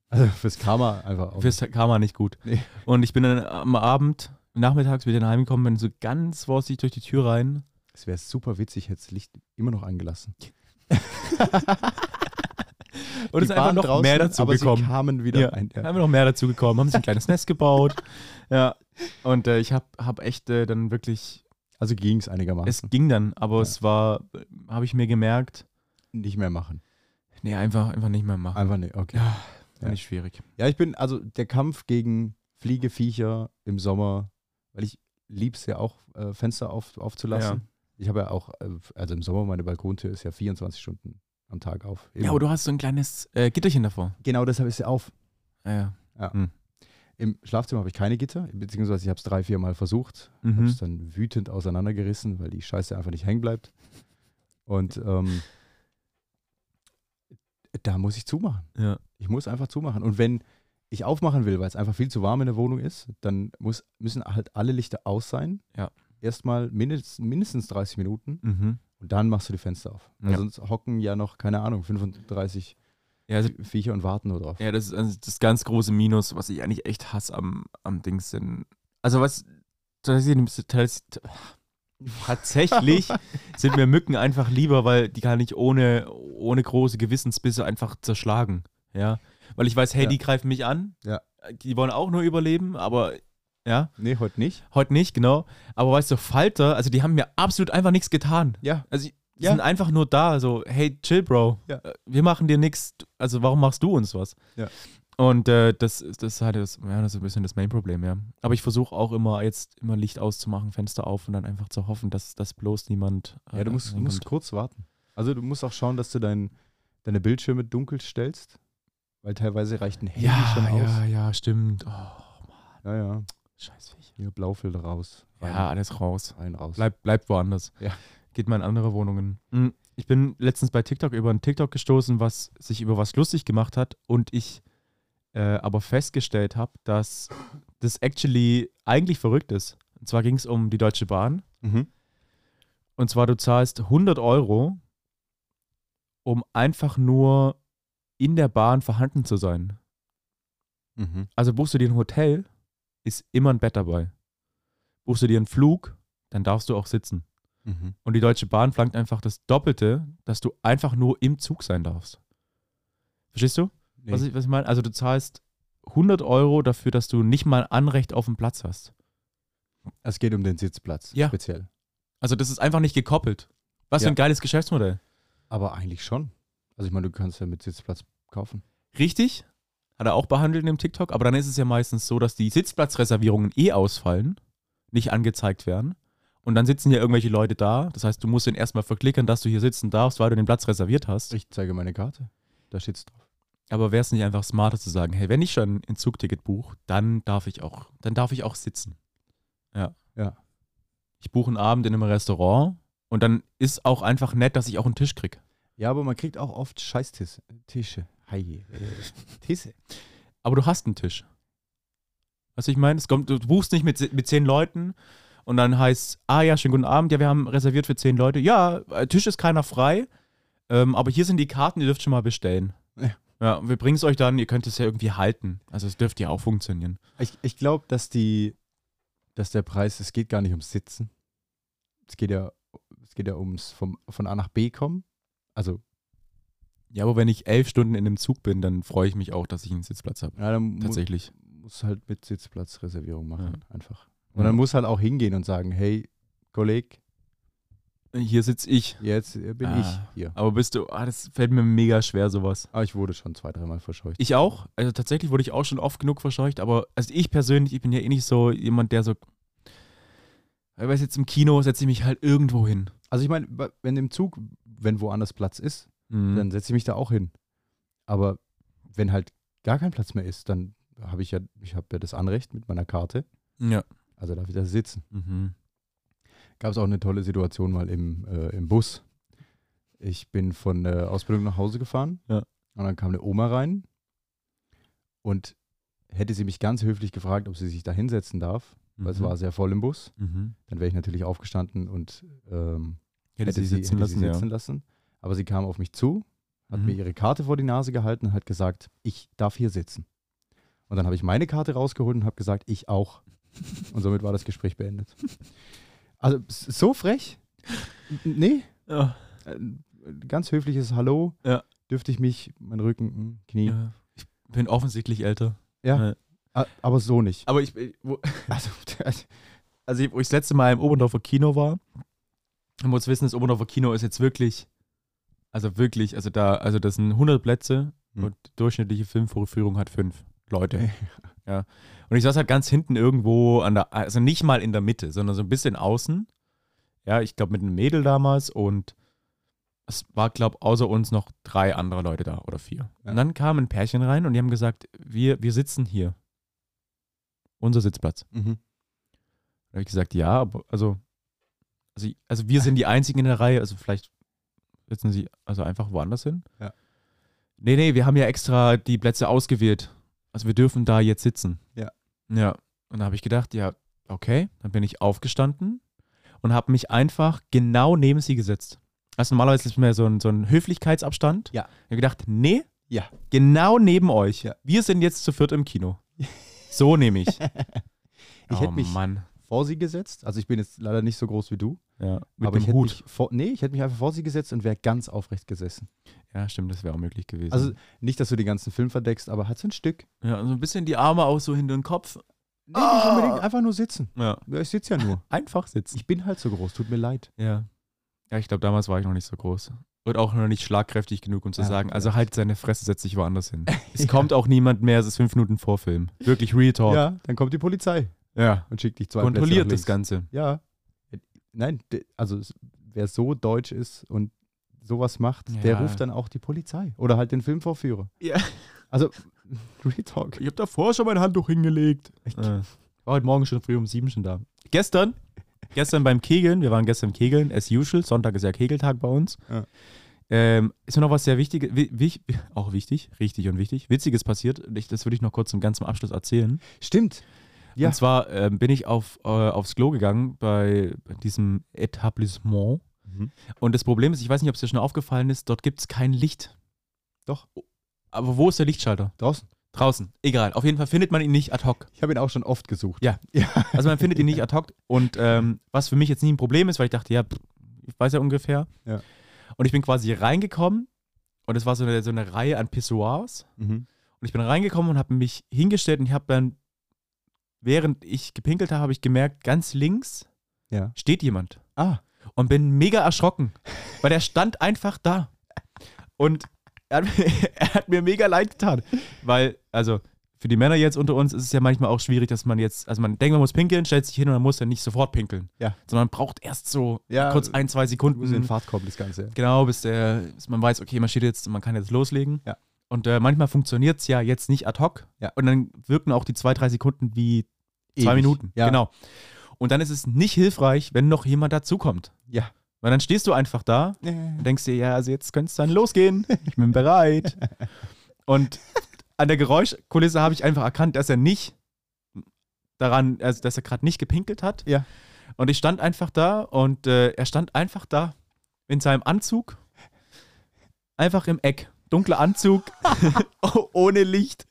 B: Also fürs Karma einfach auch.
A: Fürs Karma nicht gut.
B: Nee.
A: Und ich bin dann am Abend, nachmittags wieder nach Hause gekommen, bin so ganz vorsichtig durch die Tür rein.
B: Es wäre super witzig, hätte das Licht immer noch angelassen.
A: Und es ist einfach
B: waren
A: noch
B: draußen,
A: mehr dazu
B: aber
A: gekommen.
B: Sie kamen wieder
A: Ja.
B: rein.
A: Dann
B: Ja.
A: haben wir noch mehr dazu gekommen, haben sich ein kleines Nest gebaut. [laughs] Ja. Und äh, ich habe hab echt äh, dann wirklich,
B: Also ging es einigermaßen.
A: es ging dann, aber
B: Ja.
A: es war, äh, habe ich mir gemerkt,
B: nicht mehr machen.
A: nee, einfach, einfach nicht mehr machen.
B: Einfach nicht, okay.
A: Ja,
B: Ja.
A: finde ich schwierig.
B: Ja, ich bin, also der Kampf gegen Fliegeviecher im Sommer, weil ich lieb's ja auch, äh, Fenster auf, aufzulassen. Ich habe ja auch, äh, also im Sommer, meine Balkontür ist ja 24 Stunden am Tag auf.
A: Ja, aber du hast so ein kleines äh, Gitterchen davor.
B: genau deshalb ist sie auf.
A: Ja, ja.
B: Hm. Im Schlafzimmer habe ich keine Gitter, beziehungsweise ich habe es drei, vier Mal versucht. Habe es
A: Mhm.
B: dann wütend auseinandergerissen, weil die Scheiße einfach nicht hängen bleibt. Und ähm, da muss ich zumachen.
A: ja.
B: Ich muss einfach zumachen. Und wenn ich aufmachen will, weil es einfach viel zu warm in der Wohnung ist, dann muss, müssen halt alle Lichter aus sein.
A: Ja.
B: Erstmal mindestens, mindestens 30 Minuten
A: Mhm.
B: und dann machst du die Fenster auf. Weil
A: Ja.
B: sonst hocken ja noch, keine Ahnung, 35
A: Ja, also
B: Viecher und warten nur drauf.
A: Ja, das ist also das ganz große Minus, was ich eigentlich echt hasse am, am Dings sind. Also was tatsächlich,
B: [laughs]
A: tatsächlich sind mir Mücken einfach lieber, weil die kann ich ohne, ohne große Gewissensbisse einfach zerschlagen. Ja. Weil ich weiß, hey,
B: Ja.
A: die greifen mich an.
B: Ja.
A: Die wollen auch nur überleben, aber ja,
B: Nee, heute nicht.
A: heute nicht, genau. Aber weißt du, Falter, also die haben mir absolut einfach nichts getan.
B: Ja.
A: Also die
B: Ja.
A: sind einfach nur da, so, hey, chill, Bro.
B: Ja.
A: Äh, Wir machen dir nichts, also warum machst du uns was?
B: Ja.
A: Und äh, das, ist- das ist halt das, ja, das ist ein bisschen das Main-Problem, ja. Aber ich versuche auch immer jetzt immer Licht auszumachen, Fenster auf und dann einfach zu hoffen, dass, dass bloß niemand. äh,
B: Ja, du musst, du
A: reinkommt.
B: musst kurz warten. Also du musst auch schauen, dass du dein, deine Bildschirme dunkel stellst, weil teilweise reicht ein Handy
A: ja,
B: schon
A: ja,
B: aus.
A: ja, stimmt. Oh,
B: Ja, ja.
A: scheiß Viecher.
B: Hier Blaufilter raus. Rein,
A: Ja, alles raus.
B: rein raus.
A: Bleib, bleib woanders.
B: Ja.
A: Geht mal in andere Wohnungen. Mm, Ich bin letztens bei TikTok über einen TikTok gestoßen, was sich über was lustig gemacht hat und ich äh, aber festgestellt habe, dass das actually eigentlich verrückt ist. Und zwar ging es um die Deutsche Bahn.
B: Mhm.
A: Und zwar, du zahlst 100 Euro, um einfach nur in der Bahn vorhanden zu sein.
B: Mhm.
A: Also buchst du dir ein Hotel, ist immer ein Bett dabei. Buchst du dir einen Flug, dann darfst du auch sitzen.
B: Mhm.
A: Und die Deutsche Bahn verlangt einfach das Doppelte, dass du einfach nur im Zug sein darfst. Verstehst du,
B: Nee.
A: was, ich, was ich meine? Also du zahlst 100 Euro dafür, dass du nicht mal Anrecht auf einen Platz hast.
B: Es geht um den Sitzplatz
A: Ja.
B: speziell.
A: Also das ist einfach nicht gekoppelt. Was
B: Ja.
A: für ein geiles Geschäftsmodell.
B: Aber eigentlich schon. Also ich meine, du kannst ja mit Sitzplatz kaufen.
A: Richtig, hat er auch behandelt in dem TikTok, aber dann ist es ja meistens so, dass die Sitzplatzreservierungen eh ausfallen, nicht angezeigt werden. Und dann sitzen ja irgendwelche Leute da. Das heißt, du musst den erstmal verklickern, dass du hier sitzen darfst, weil du den Platz reserviert hast.
B: Ich zeige meine Karte. Da steht's drauf.
A: Aber wäre es nicht einfach smarter zu sagen, hey, wenn ich schon ein Zugticket buche, dann darf ich auch, dann darf ich auch sitzen. Ja.
B: Ja.
A: Ich buche einen Abend in einem Restaurant und dann ist auch einfach nett, dass ich auch einen Tisch kriege.
B: Ja, aber man kriegt auch oft Scheißtische. Tische.
A: [laughs]
B: Hi. Tisse.
A: Aber du hast einen Tisch. Weißt du, ich meine, es kommt, du buchst nicht mit, se- mit zehn Leuten und dann heißt, ah ja, schönen guten Abend, ja, wir haben reserviert für zehn Leute. Ja, äh, Tisch ist keiner frei, ähm, aber hier sind die Karten, ihr dürft schon mal bestellen.
B: Ja.
A: Ja, wir bringen es euch dann, ihr könnt es ja irgendwie halten. Also es dürfte ja auch funktionieren.
B: Ich, ich glaube, dass die, dass der Preis, es geht gar nicht ums Sitzen. Es geht ja, es geht ja ums vom, von A nach B kommen. Also,
A: Ja, aber wenn ich elf Stunden in einem Zug bin, dann freue ich mich auch, dass ich einen Sitzplatz habe.
B: ja, dann mu-
A: Tatsächlich.
B: muss halt mit Sitzplatzreservierung machen, einfach. Und dann muss halt auch hingehen und sagen, hey, Kolleg,
A: Hier sitze ich.
B: jetzt äh, bin
A: Ah.
B: ich hier.
A: Aber bist du, ah, das fällt mir mega schwer, sowas.
B: Aber ich wurde schon zwei, dreimal verscheucht.
A: Ich auch. Also tatsächlich wurde ich auch schon oft genug verscheucht, aber also ich persönlich, ich bin ja eh nicht so jemand, der so. Ich weiß jetzt im Kino setze ich mich halt irgendwo hin.
B: Also ich meine, wa- wenn im Zug, wenn woanders Platz ist, dann
A: Dann-
B: setze ich mich da auch hin. Aber wenn halt gar kein Platz mehr ist, dann habe ich ja, ich habe ja das Anrecht mit meiner Karte,
A: Ja.
B: also darf ich da sitzen.
A: Mhm.
B: Gab es auch eine tolle Situation mal im, äh, im Bus. Ich bin von der Ausbildung nach Hause gefahren
A: Ja.
B: und dann kam eine Oma rein und hätte sie mich ganz höflich gefragt, ob sie sich da hinsetzen darf, weil es war sehr voll im Bus.
A: Mhm.
B: Dann wäre ich natürlich aufgestanden und ähm,
A: Hätte, sie sitzen lassen, Mhm.
B: sitzen lassen. Aber sie kam auf mich zu, hat mir ihre Karte vor die Nase gehalten und hat gesagt, ich darf hier sitzen. Und dann habe ich meine Karte rausgeholt und habe gesagt, ich auch. Und somit war das Gespräch beendet. Also s- so frech? N- Nee,
A: ja. Ja.
B: äh, ganz höfliches Hallo.
A: Ja.
B: Dürfte ich mich, mein Rücken, hm, Knie.
A: Ja. Ich bin offensichtlich älter.
B: A- Aber so nicht.
A: Aber ich, ich- wo,
B: Also,
A: [laughs] also ich, wo ich das letzte Mal im Oberndorfer Kino war, man muss wissen, das Oberndorfer Kino ist jetzt wirklich, also wirklich, also da, also das sind 100 Plätze
B: Hm.
A: und die durchschnittliche Filmvorführung hat fünf Leute. [laughs] ja. Und ich saß halt ganz hinten irgendwo an der, also nicht mal in der Mitte, sondern so ein bisschen außen. Ja, ich glaube mit einem Mädel damals und es war, glaube außer uns noch drei andere Leute da oder vier.
B: Ja.
A: Und dann kam ein Pärchen rein und die haben gesagt, wir, wir sitzen hier. Unser Sitzplatz.
B: [laughs] mhm.
A: Da habe ich gesagt, ja, aber also, also, ich- also wir sind die Einzigen in der Reihe, also vielleicht sitzen sie also einfach woanders hin.
B: Ja.
A: Nee, nee, wir haben ja extra die Plätze ausgewählt. Also wir dürfen da jetzt sitzen.
B: Ja.
A: Ja. Und da habe ich gedacht, ja, okay, dann bin ich aufgestanden und habe mich einfach genau neben sie gesetzt. Also normalerweise ist mir so ein, so ein Höflichkeitsabstand.
B: Ja.
A: Ich habe gedacht, nee,
B: Ja.
A: genau neben euch.
B: Ja.
A: Wir sind jetzt zu viert im Kino. So nehme ich.
B: [laughs]
A: Oh
B: Ich hätte mich
A: Mann.
B: vor sie gesetzt. Also ich bin jetzt leider nicht so groß wie du.
A: Ja, mit
B: aber
A: aber
B: ich
A: dem
B: hätte
A: Hut.
B: mich vor, nee, ich hätte mich einfach vor sie gesetzt und wäre ganz aufrecht gesessen.
A: Ja, stimmt, das wäre auch möglich gewesen.
B: Also nicht, dass du den ganzen Film verdeckst, aber halt so ein Stück.
A: ja, so ein bisschen die Arme auch so hinter den Kopf.
B: Nee, nicht
A: Ah!
B: unbedingt einfach nur sitzen.
A: Ja.
B: Ja, ich sitze ja
A: [laughs]
B: nur.
A: Einfach sitzen.
B: Ich bin halt so groß, tut mir leid.
A: Ja. Ja, ich glaube, damals war ich noch nicht so groß. Und auch noch nicht schlagkräftig genug, um zu
B: Ja,
A: sagen, also
B: vielleicht.
A: halt seine Fresse, setz dich woanders
B: [laughs]
A: hin. Es
B: Ja.
A: kommt auch niemand mehr, es ist fünf Minuten vor Film. Wirklich Real Talk.
B: Ja, dann kommt die Polizei
A: Ja.
B: und schickt dich zwei Plätze
A: Kontrolliert
B: nach
A: das
B: links.
A: Ganze.
B: Ja. Nein, de- also es- wer so deutsch ist und sowas macht,
A: Ja.
B: der ruft dann auch die Polizei oder halt den Filmvorführer.
A: Ja.
B: Also, [laughs] Real Talk.
A: Ich habe davor schon mein Handtuch hingelegt. Äh, war heute Morgen schon früh um sieben schon da. Gestern, gestern beim Kegeln, wir waren gestern Kegeln, as usual, Sonntag ist ja Kegeltag bei uns.
B: Ja.
A: Ähm, ist mir noch was sehr Wichtiges, wi wich, auch wichtig, richtig und wichtig, Witziges passiert. Ich, das würde ich noch kurz zum ganzen Abschluss erzählen.
B: Stimmt. Ja.
A: Und zwar ähm, bin ich auf, äh, aufs Klo gegangen bei diesem Etablissement.
B: Mhm.
A: Und das Problem ist, ich weiß nicht, ob es dir schon aufgefallen ist, dort gibt es kein Licht.
B: Doch.
A: Aber wo ist der Lichtschalter?
B: Draußen.
A: Draußen. Egal. Auf jeden Fall findet man ihn nicht ad hoc.
B: Ich habe ihn auch schon oft gesucht.
A: Ja. Also man findet ihn nicht ad hoc. Und ähm, was für mich jetzt nie ein Problem ist, weil ich dachte, ja, pff, ich weiß ja ungefähr.
B: Ja.
A: Und ich bin quasi reingekommen und es war so eine, so eine Reihe an Pissoirs.
B: Mhm.
A: Und ich bin reingekommen und habe mich hingestellt und ich habe dann, während ich gepinkelt habe, habe ich gemerkt, ganz links
B: Ja.
A: steht jemand.
B: Ah.
A: Und bin mega erschrocken, weil der stand einfach da. Und er hat, mir, [laughs] er hat mir mega leid getan. Weil, also für die Männer jetzt unter uns ist es ja manchmal auch schwierig, dass man jetzt, also man denkt, man muss pinkeln, stellt sich hin und man muss dann nicht sofort pinkeln.
B: Ja.
A: Sondern man braucht erst so
B: Ja,
A: kurz ein, zwei
B: Du musst in
A: Sekunden.
B: Fahrt kommen, das Ganze.
A: Genau, bis, der, bis man weiß, okay, man steht jetzt und man kann jetzt loslegen.
B: Ja.
A: Und äh, manchmal funktioniert es ja jetzt nicht ad hoc.
B: Ja.
A: Und dann wirken auch die zwei, drei Sekunden wie zwei
B: Ewig.
A: Minuten.
B: Ja.
A: Genau. Und dann ist es nicht hilfreich, wenn noch jemand dazukommt.
B: Ja.
A: Weil dann stehst du einfach da und denkst dir, ja, also jetzt könnte es dann losgehen. Ich bin bereit. Und an der Geräuschkulisse habe ich einfach erkannt, dass er nicht daran, also dass er gerade nicht gepinkelt hat.
B: Ja.
A: Und ich stand einfach da und äh, er stand einfach da in seinem Anzug, einfach im Eck, dunkler Anzug, [laughs] oh- ohne Licht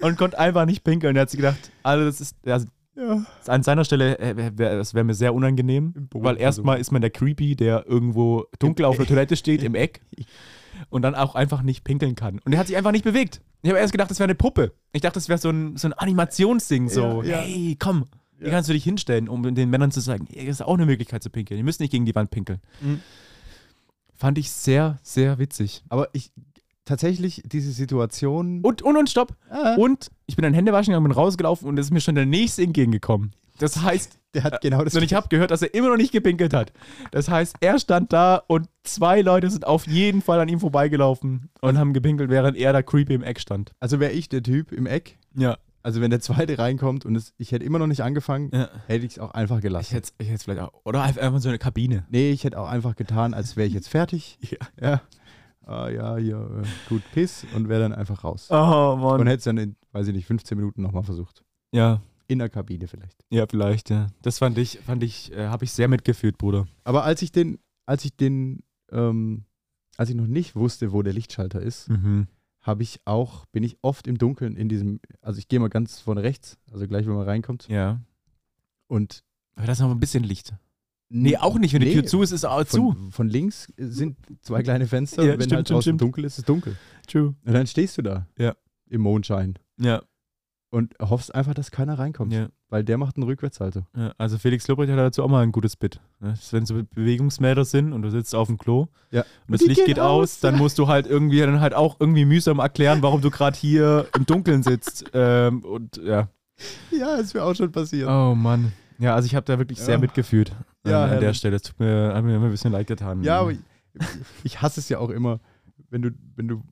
A: und konnte einfach nicht pinkeln. Er hat sich gedacht, also das ist, also
B: Ja.
A: an seiner Stelle, äh, wär- wär- das wäre mir sehr unangenehm,
B: Im Boden
A: weil erstmal ist man der Creepy, der irgendwo dunkel auf der Toilette steht, im
B: [laughs]
A: Eck und dann auch einfach nicht pinkeln kann. Und er hat sich einfach nicht bewegt. Ich habe erst gedacht, das wäre eine Puppe. Ich dachte, das wäre so ein, so ein Animationsding, so,
B: Ja, ja.
A: hey, komm. Hier
B: Ja.
A: kannst du dich hinstellen, um den Männern zu sagen, hier ist auch eine Möglichkeit zu pinkeln. Ihr müsst nicht gegen die Wand pinkeln.
B: Mhm.
A: Fand ich sehr, sehr witzig.
B: Aber ich, tatsächlich, diese Situation.
A: Und, und, und, stopp.
B: Ah,
A: Und ich bin an Hände waschen gegangen, bin rausgelaufen und es ist mir schon der nächste entgegengekommen. Das heißt,
B: der hat genau das.
A: und äh, ich habe gehört, dass er immer noch nicht gepinkelt hat. Das heißt, er stand da und zwei Leute sind auf jeden Fall an ihm vorbeigelaufen und haben gepinkelt, während er da creepy im Eck stand.
B: also wäre ich der Typ im Eck.
A: Ja.
B: Also wenn der zweite reinkommt und es, ich hätte immer noch nicht angefangen,
A: ja.
B: hätte ich es auch einfach
A: Ich
B: gelassen.
A: hätte ich hätt's vielleicht auch. Oder einfach so eine Kabine.
B: nee, ich hätte auch einfach getan, als wäre ich jetzt fertig.
A: [laughs] Ja.
B: Ja. Ah, ja, ja, äh, gut, Piss und wäre dann einfach raus.
A: Oh, Mann.
B: Und hätte es dann in, weiß ich nicht, 15 Minuten nochmal versucht.
A: ja,
B: In der Kabine vielleicht.
A: ja, vielleicht, ja. Das fand ich, fand ich, äh, habe ich sehr mitgefühlt, Bruder.
B: Aber als ich den, als ich den, ähm, als ich noch nicht wusste, wo der Lichtschalter ist,
A: Mhm.
B: habe ich auch, bin ich oft im Dunkeln in diesem, also ich gehe mal ganz von rechts, also gleich, wenn man reinkommt.
A: Ja.
B: Und
A: Aber das ist noch ein bisschen Licht. Nee, auch nicht. Wenn die
B: Nee,
A: Tür zu ist, ist auch zu.
B: Von, von links sind zwei kleine Fenster.
A: Ja,
B: und wenn
A: stimmt,
B: halt
A: stimmt,
B: draußen
A: stimmt.
B: dunkel ist, ist dunkel.
A: True.
B: Und dann stehst du da
A: Ja.
B: im Mondschein
A: Ja.
B: und hoffst einfach, dass keiner reinkommt,
A: ja.
B: weil der macht einen Rückwärtshalter.
A: Ja, also Felix Lobrecht hat dazu auch mal ein gutes Bit. ne? Das ist, Wenn so Be- Bewegungsmelder sind und du sitzt auf dem Klo
B: Ja.
A: und das
B: Die
A: Licht
B: gehen
A: geht aus,
B: aus.
A: dann musst du halt irgendwie dann halt auch irgendwie mühsam erklären, warum du gerade hier im Dunkeln sitzt. Ähm, und ja.
B: Ja, ist mir auch schon passiert.
A: Oh Mann. Ja, also ich habe da wirklich sehr
B: Ja.
A: mitgefühlt ähm,
B: Ja,
A: an der
B: herrlich.
A: Stelle. Es tut mir, hat mir immer ein bisschen leid getan.
B: Ja, aber ich, Ähm, ich hasse es ja auch immer, wenn du, wenn du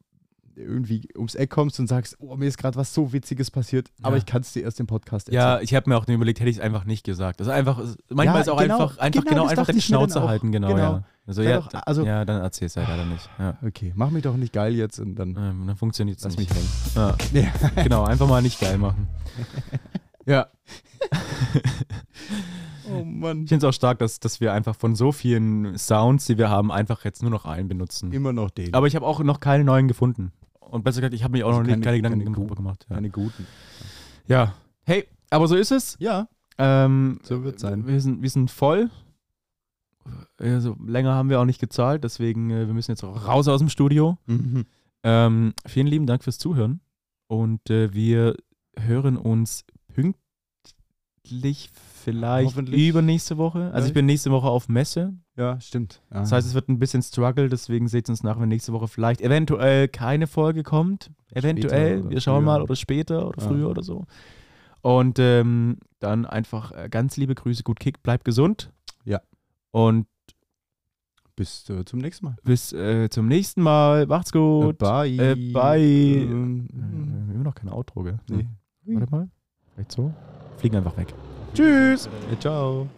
B: irgendwie ums Eck kommst und sagst, oh, mir ist gerade was so Witziges passiert, aber
A: Ja.
B: ich kann es dir erst im Podcast erzählen.
A: ja, ich habe mir auch nur überlegt, hätte ich es einfach nicht gesagt. Also einfach, manchmal
B: Ja,
A: ist auch
B: genau,
A: einfach, einfach
B: genau,
A: genau,
B: das
A: einfach
B: dachte
A: die
B: ich mir dann
A: Schnauze
B: auch.
A: halten, genau,
B: Genau.
A: ja. Also,
B: Sei
A: ja,
B: doch- also-
A: ja, dann erzähl es halt leider nicht. Ja.
B: Okay, mach mich doch nicht geil jetzt und dann
A: Ähm, dann funktioniert es
B: lass
A: nicht.
B: mich hängen.
A: Ja.
B: Ja.
A: Genau, einfach mal nicht geil machen. ja.
B: Oh Mann.
A: Ich finde es auch stark, dass, dass wir einfach von so vielen Sounds, die wir haben, einfach jetzt nur noch einen benutzen.
B: Immer noch den.
A: Aber ich habe auch noch keine neuen gefunden. Und besser gesagt, ich habe mir auch
B: Also
A: noch keine,
B: keine-
A: keine Gedanken
B: keine
A: darüber gemacht. Ja.
B: Keine guten.
A: ja. Hey, aber so ist es.
B: Ja,
A: Ähm,
B: so wird's sein.
A: Wir sind, wir sind voll. Also, länger haben wir auch nicht gezahlt, deswegen äh, wir müssen jetzt auch raus aus dem Studio.
B: Mhm.
A: Ähm, vielen lieben Dank fürs Zuhören und äh, wir hören uns pünktlich vielleicht
B: Hoffentlich.
A: übernächste Woche. Also ich
B: Vielleicht.
A: bin nächste Woche auf Messe.
B: Ja, stimmt.
A: Das heißt, es wird ein bisschen Struggle, deswegen seht uns nach, wenn nächste Woche vielleicht eventuell keine Folge kommt. Eventuell,
B: oder
A: wir schauen
B: früher.
A: mal, oder später oder
B: Ja.
A: früher oder so. Und ähm, dann einfach äh, ganz liebe Grüße, gut Kick, bleibt gesund.
B: Ja.
A: Und
B: bis äh, zum nächsten Mal.
A: bis äh, zum nächsten Mal. Macht's gut.
B: Bye.
A: Äh, bye.
B: Ähm,
A: Äh, Immer noch keine Outro, gell?
B: nee.
A: Warte mal. Vielleicht so. Fliegen einfach weg.
B: Tschüss. ciao.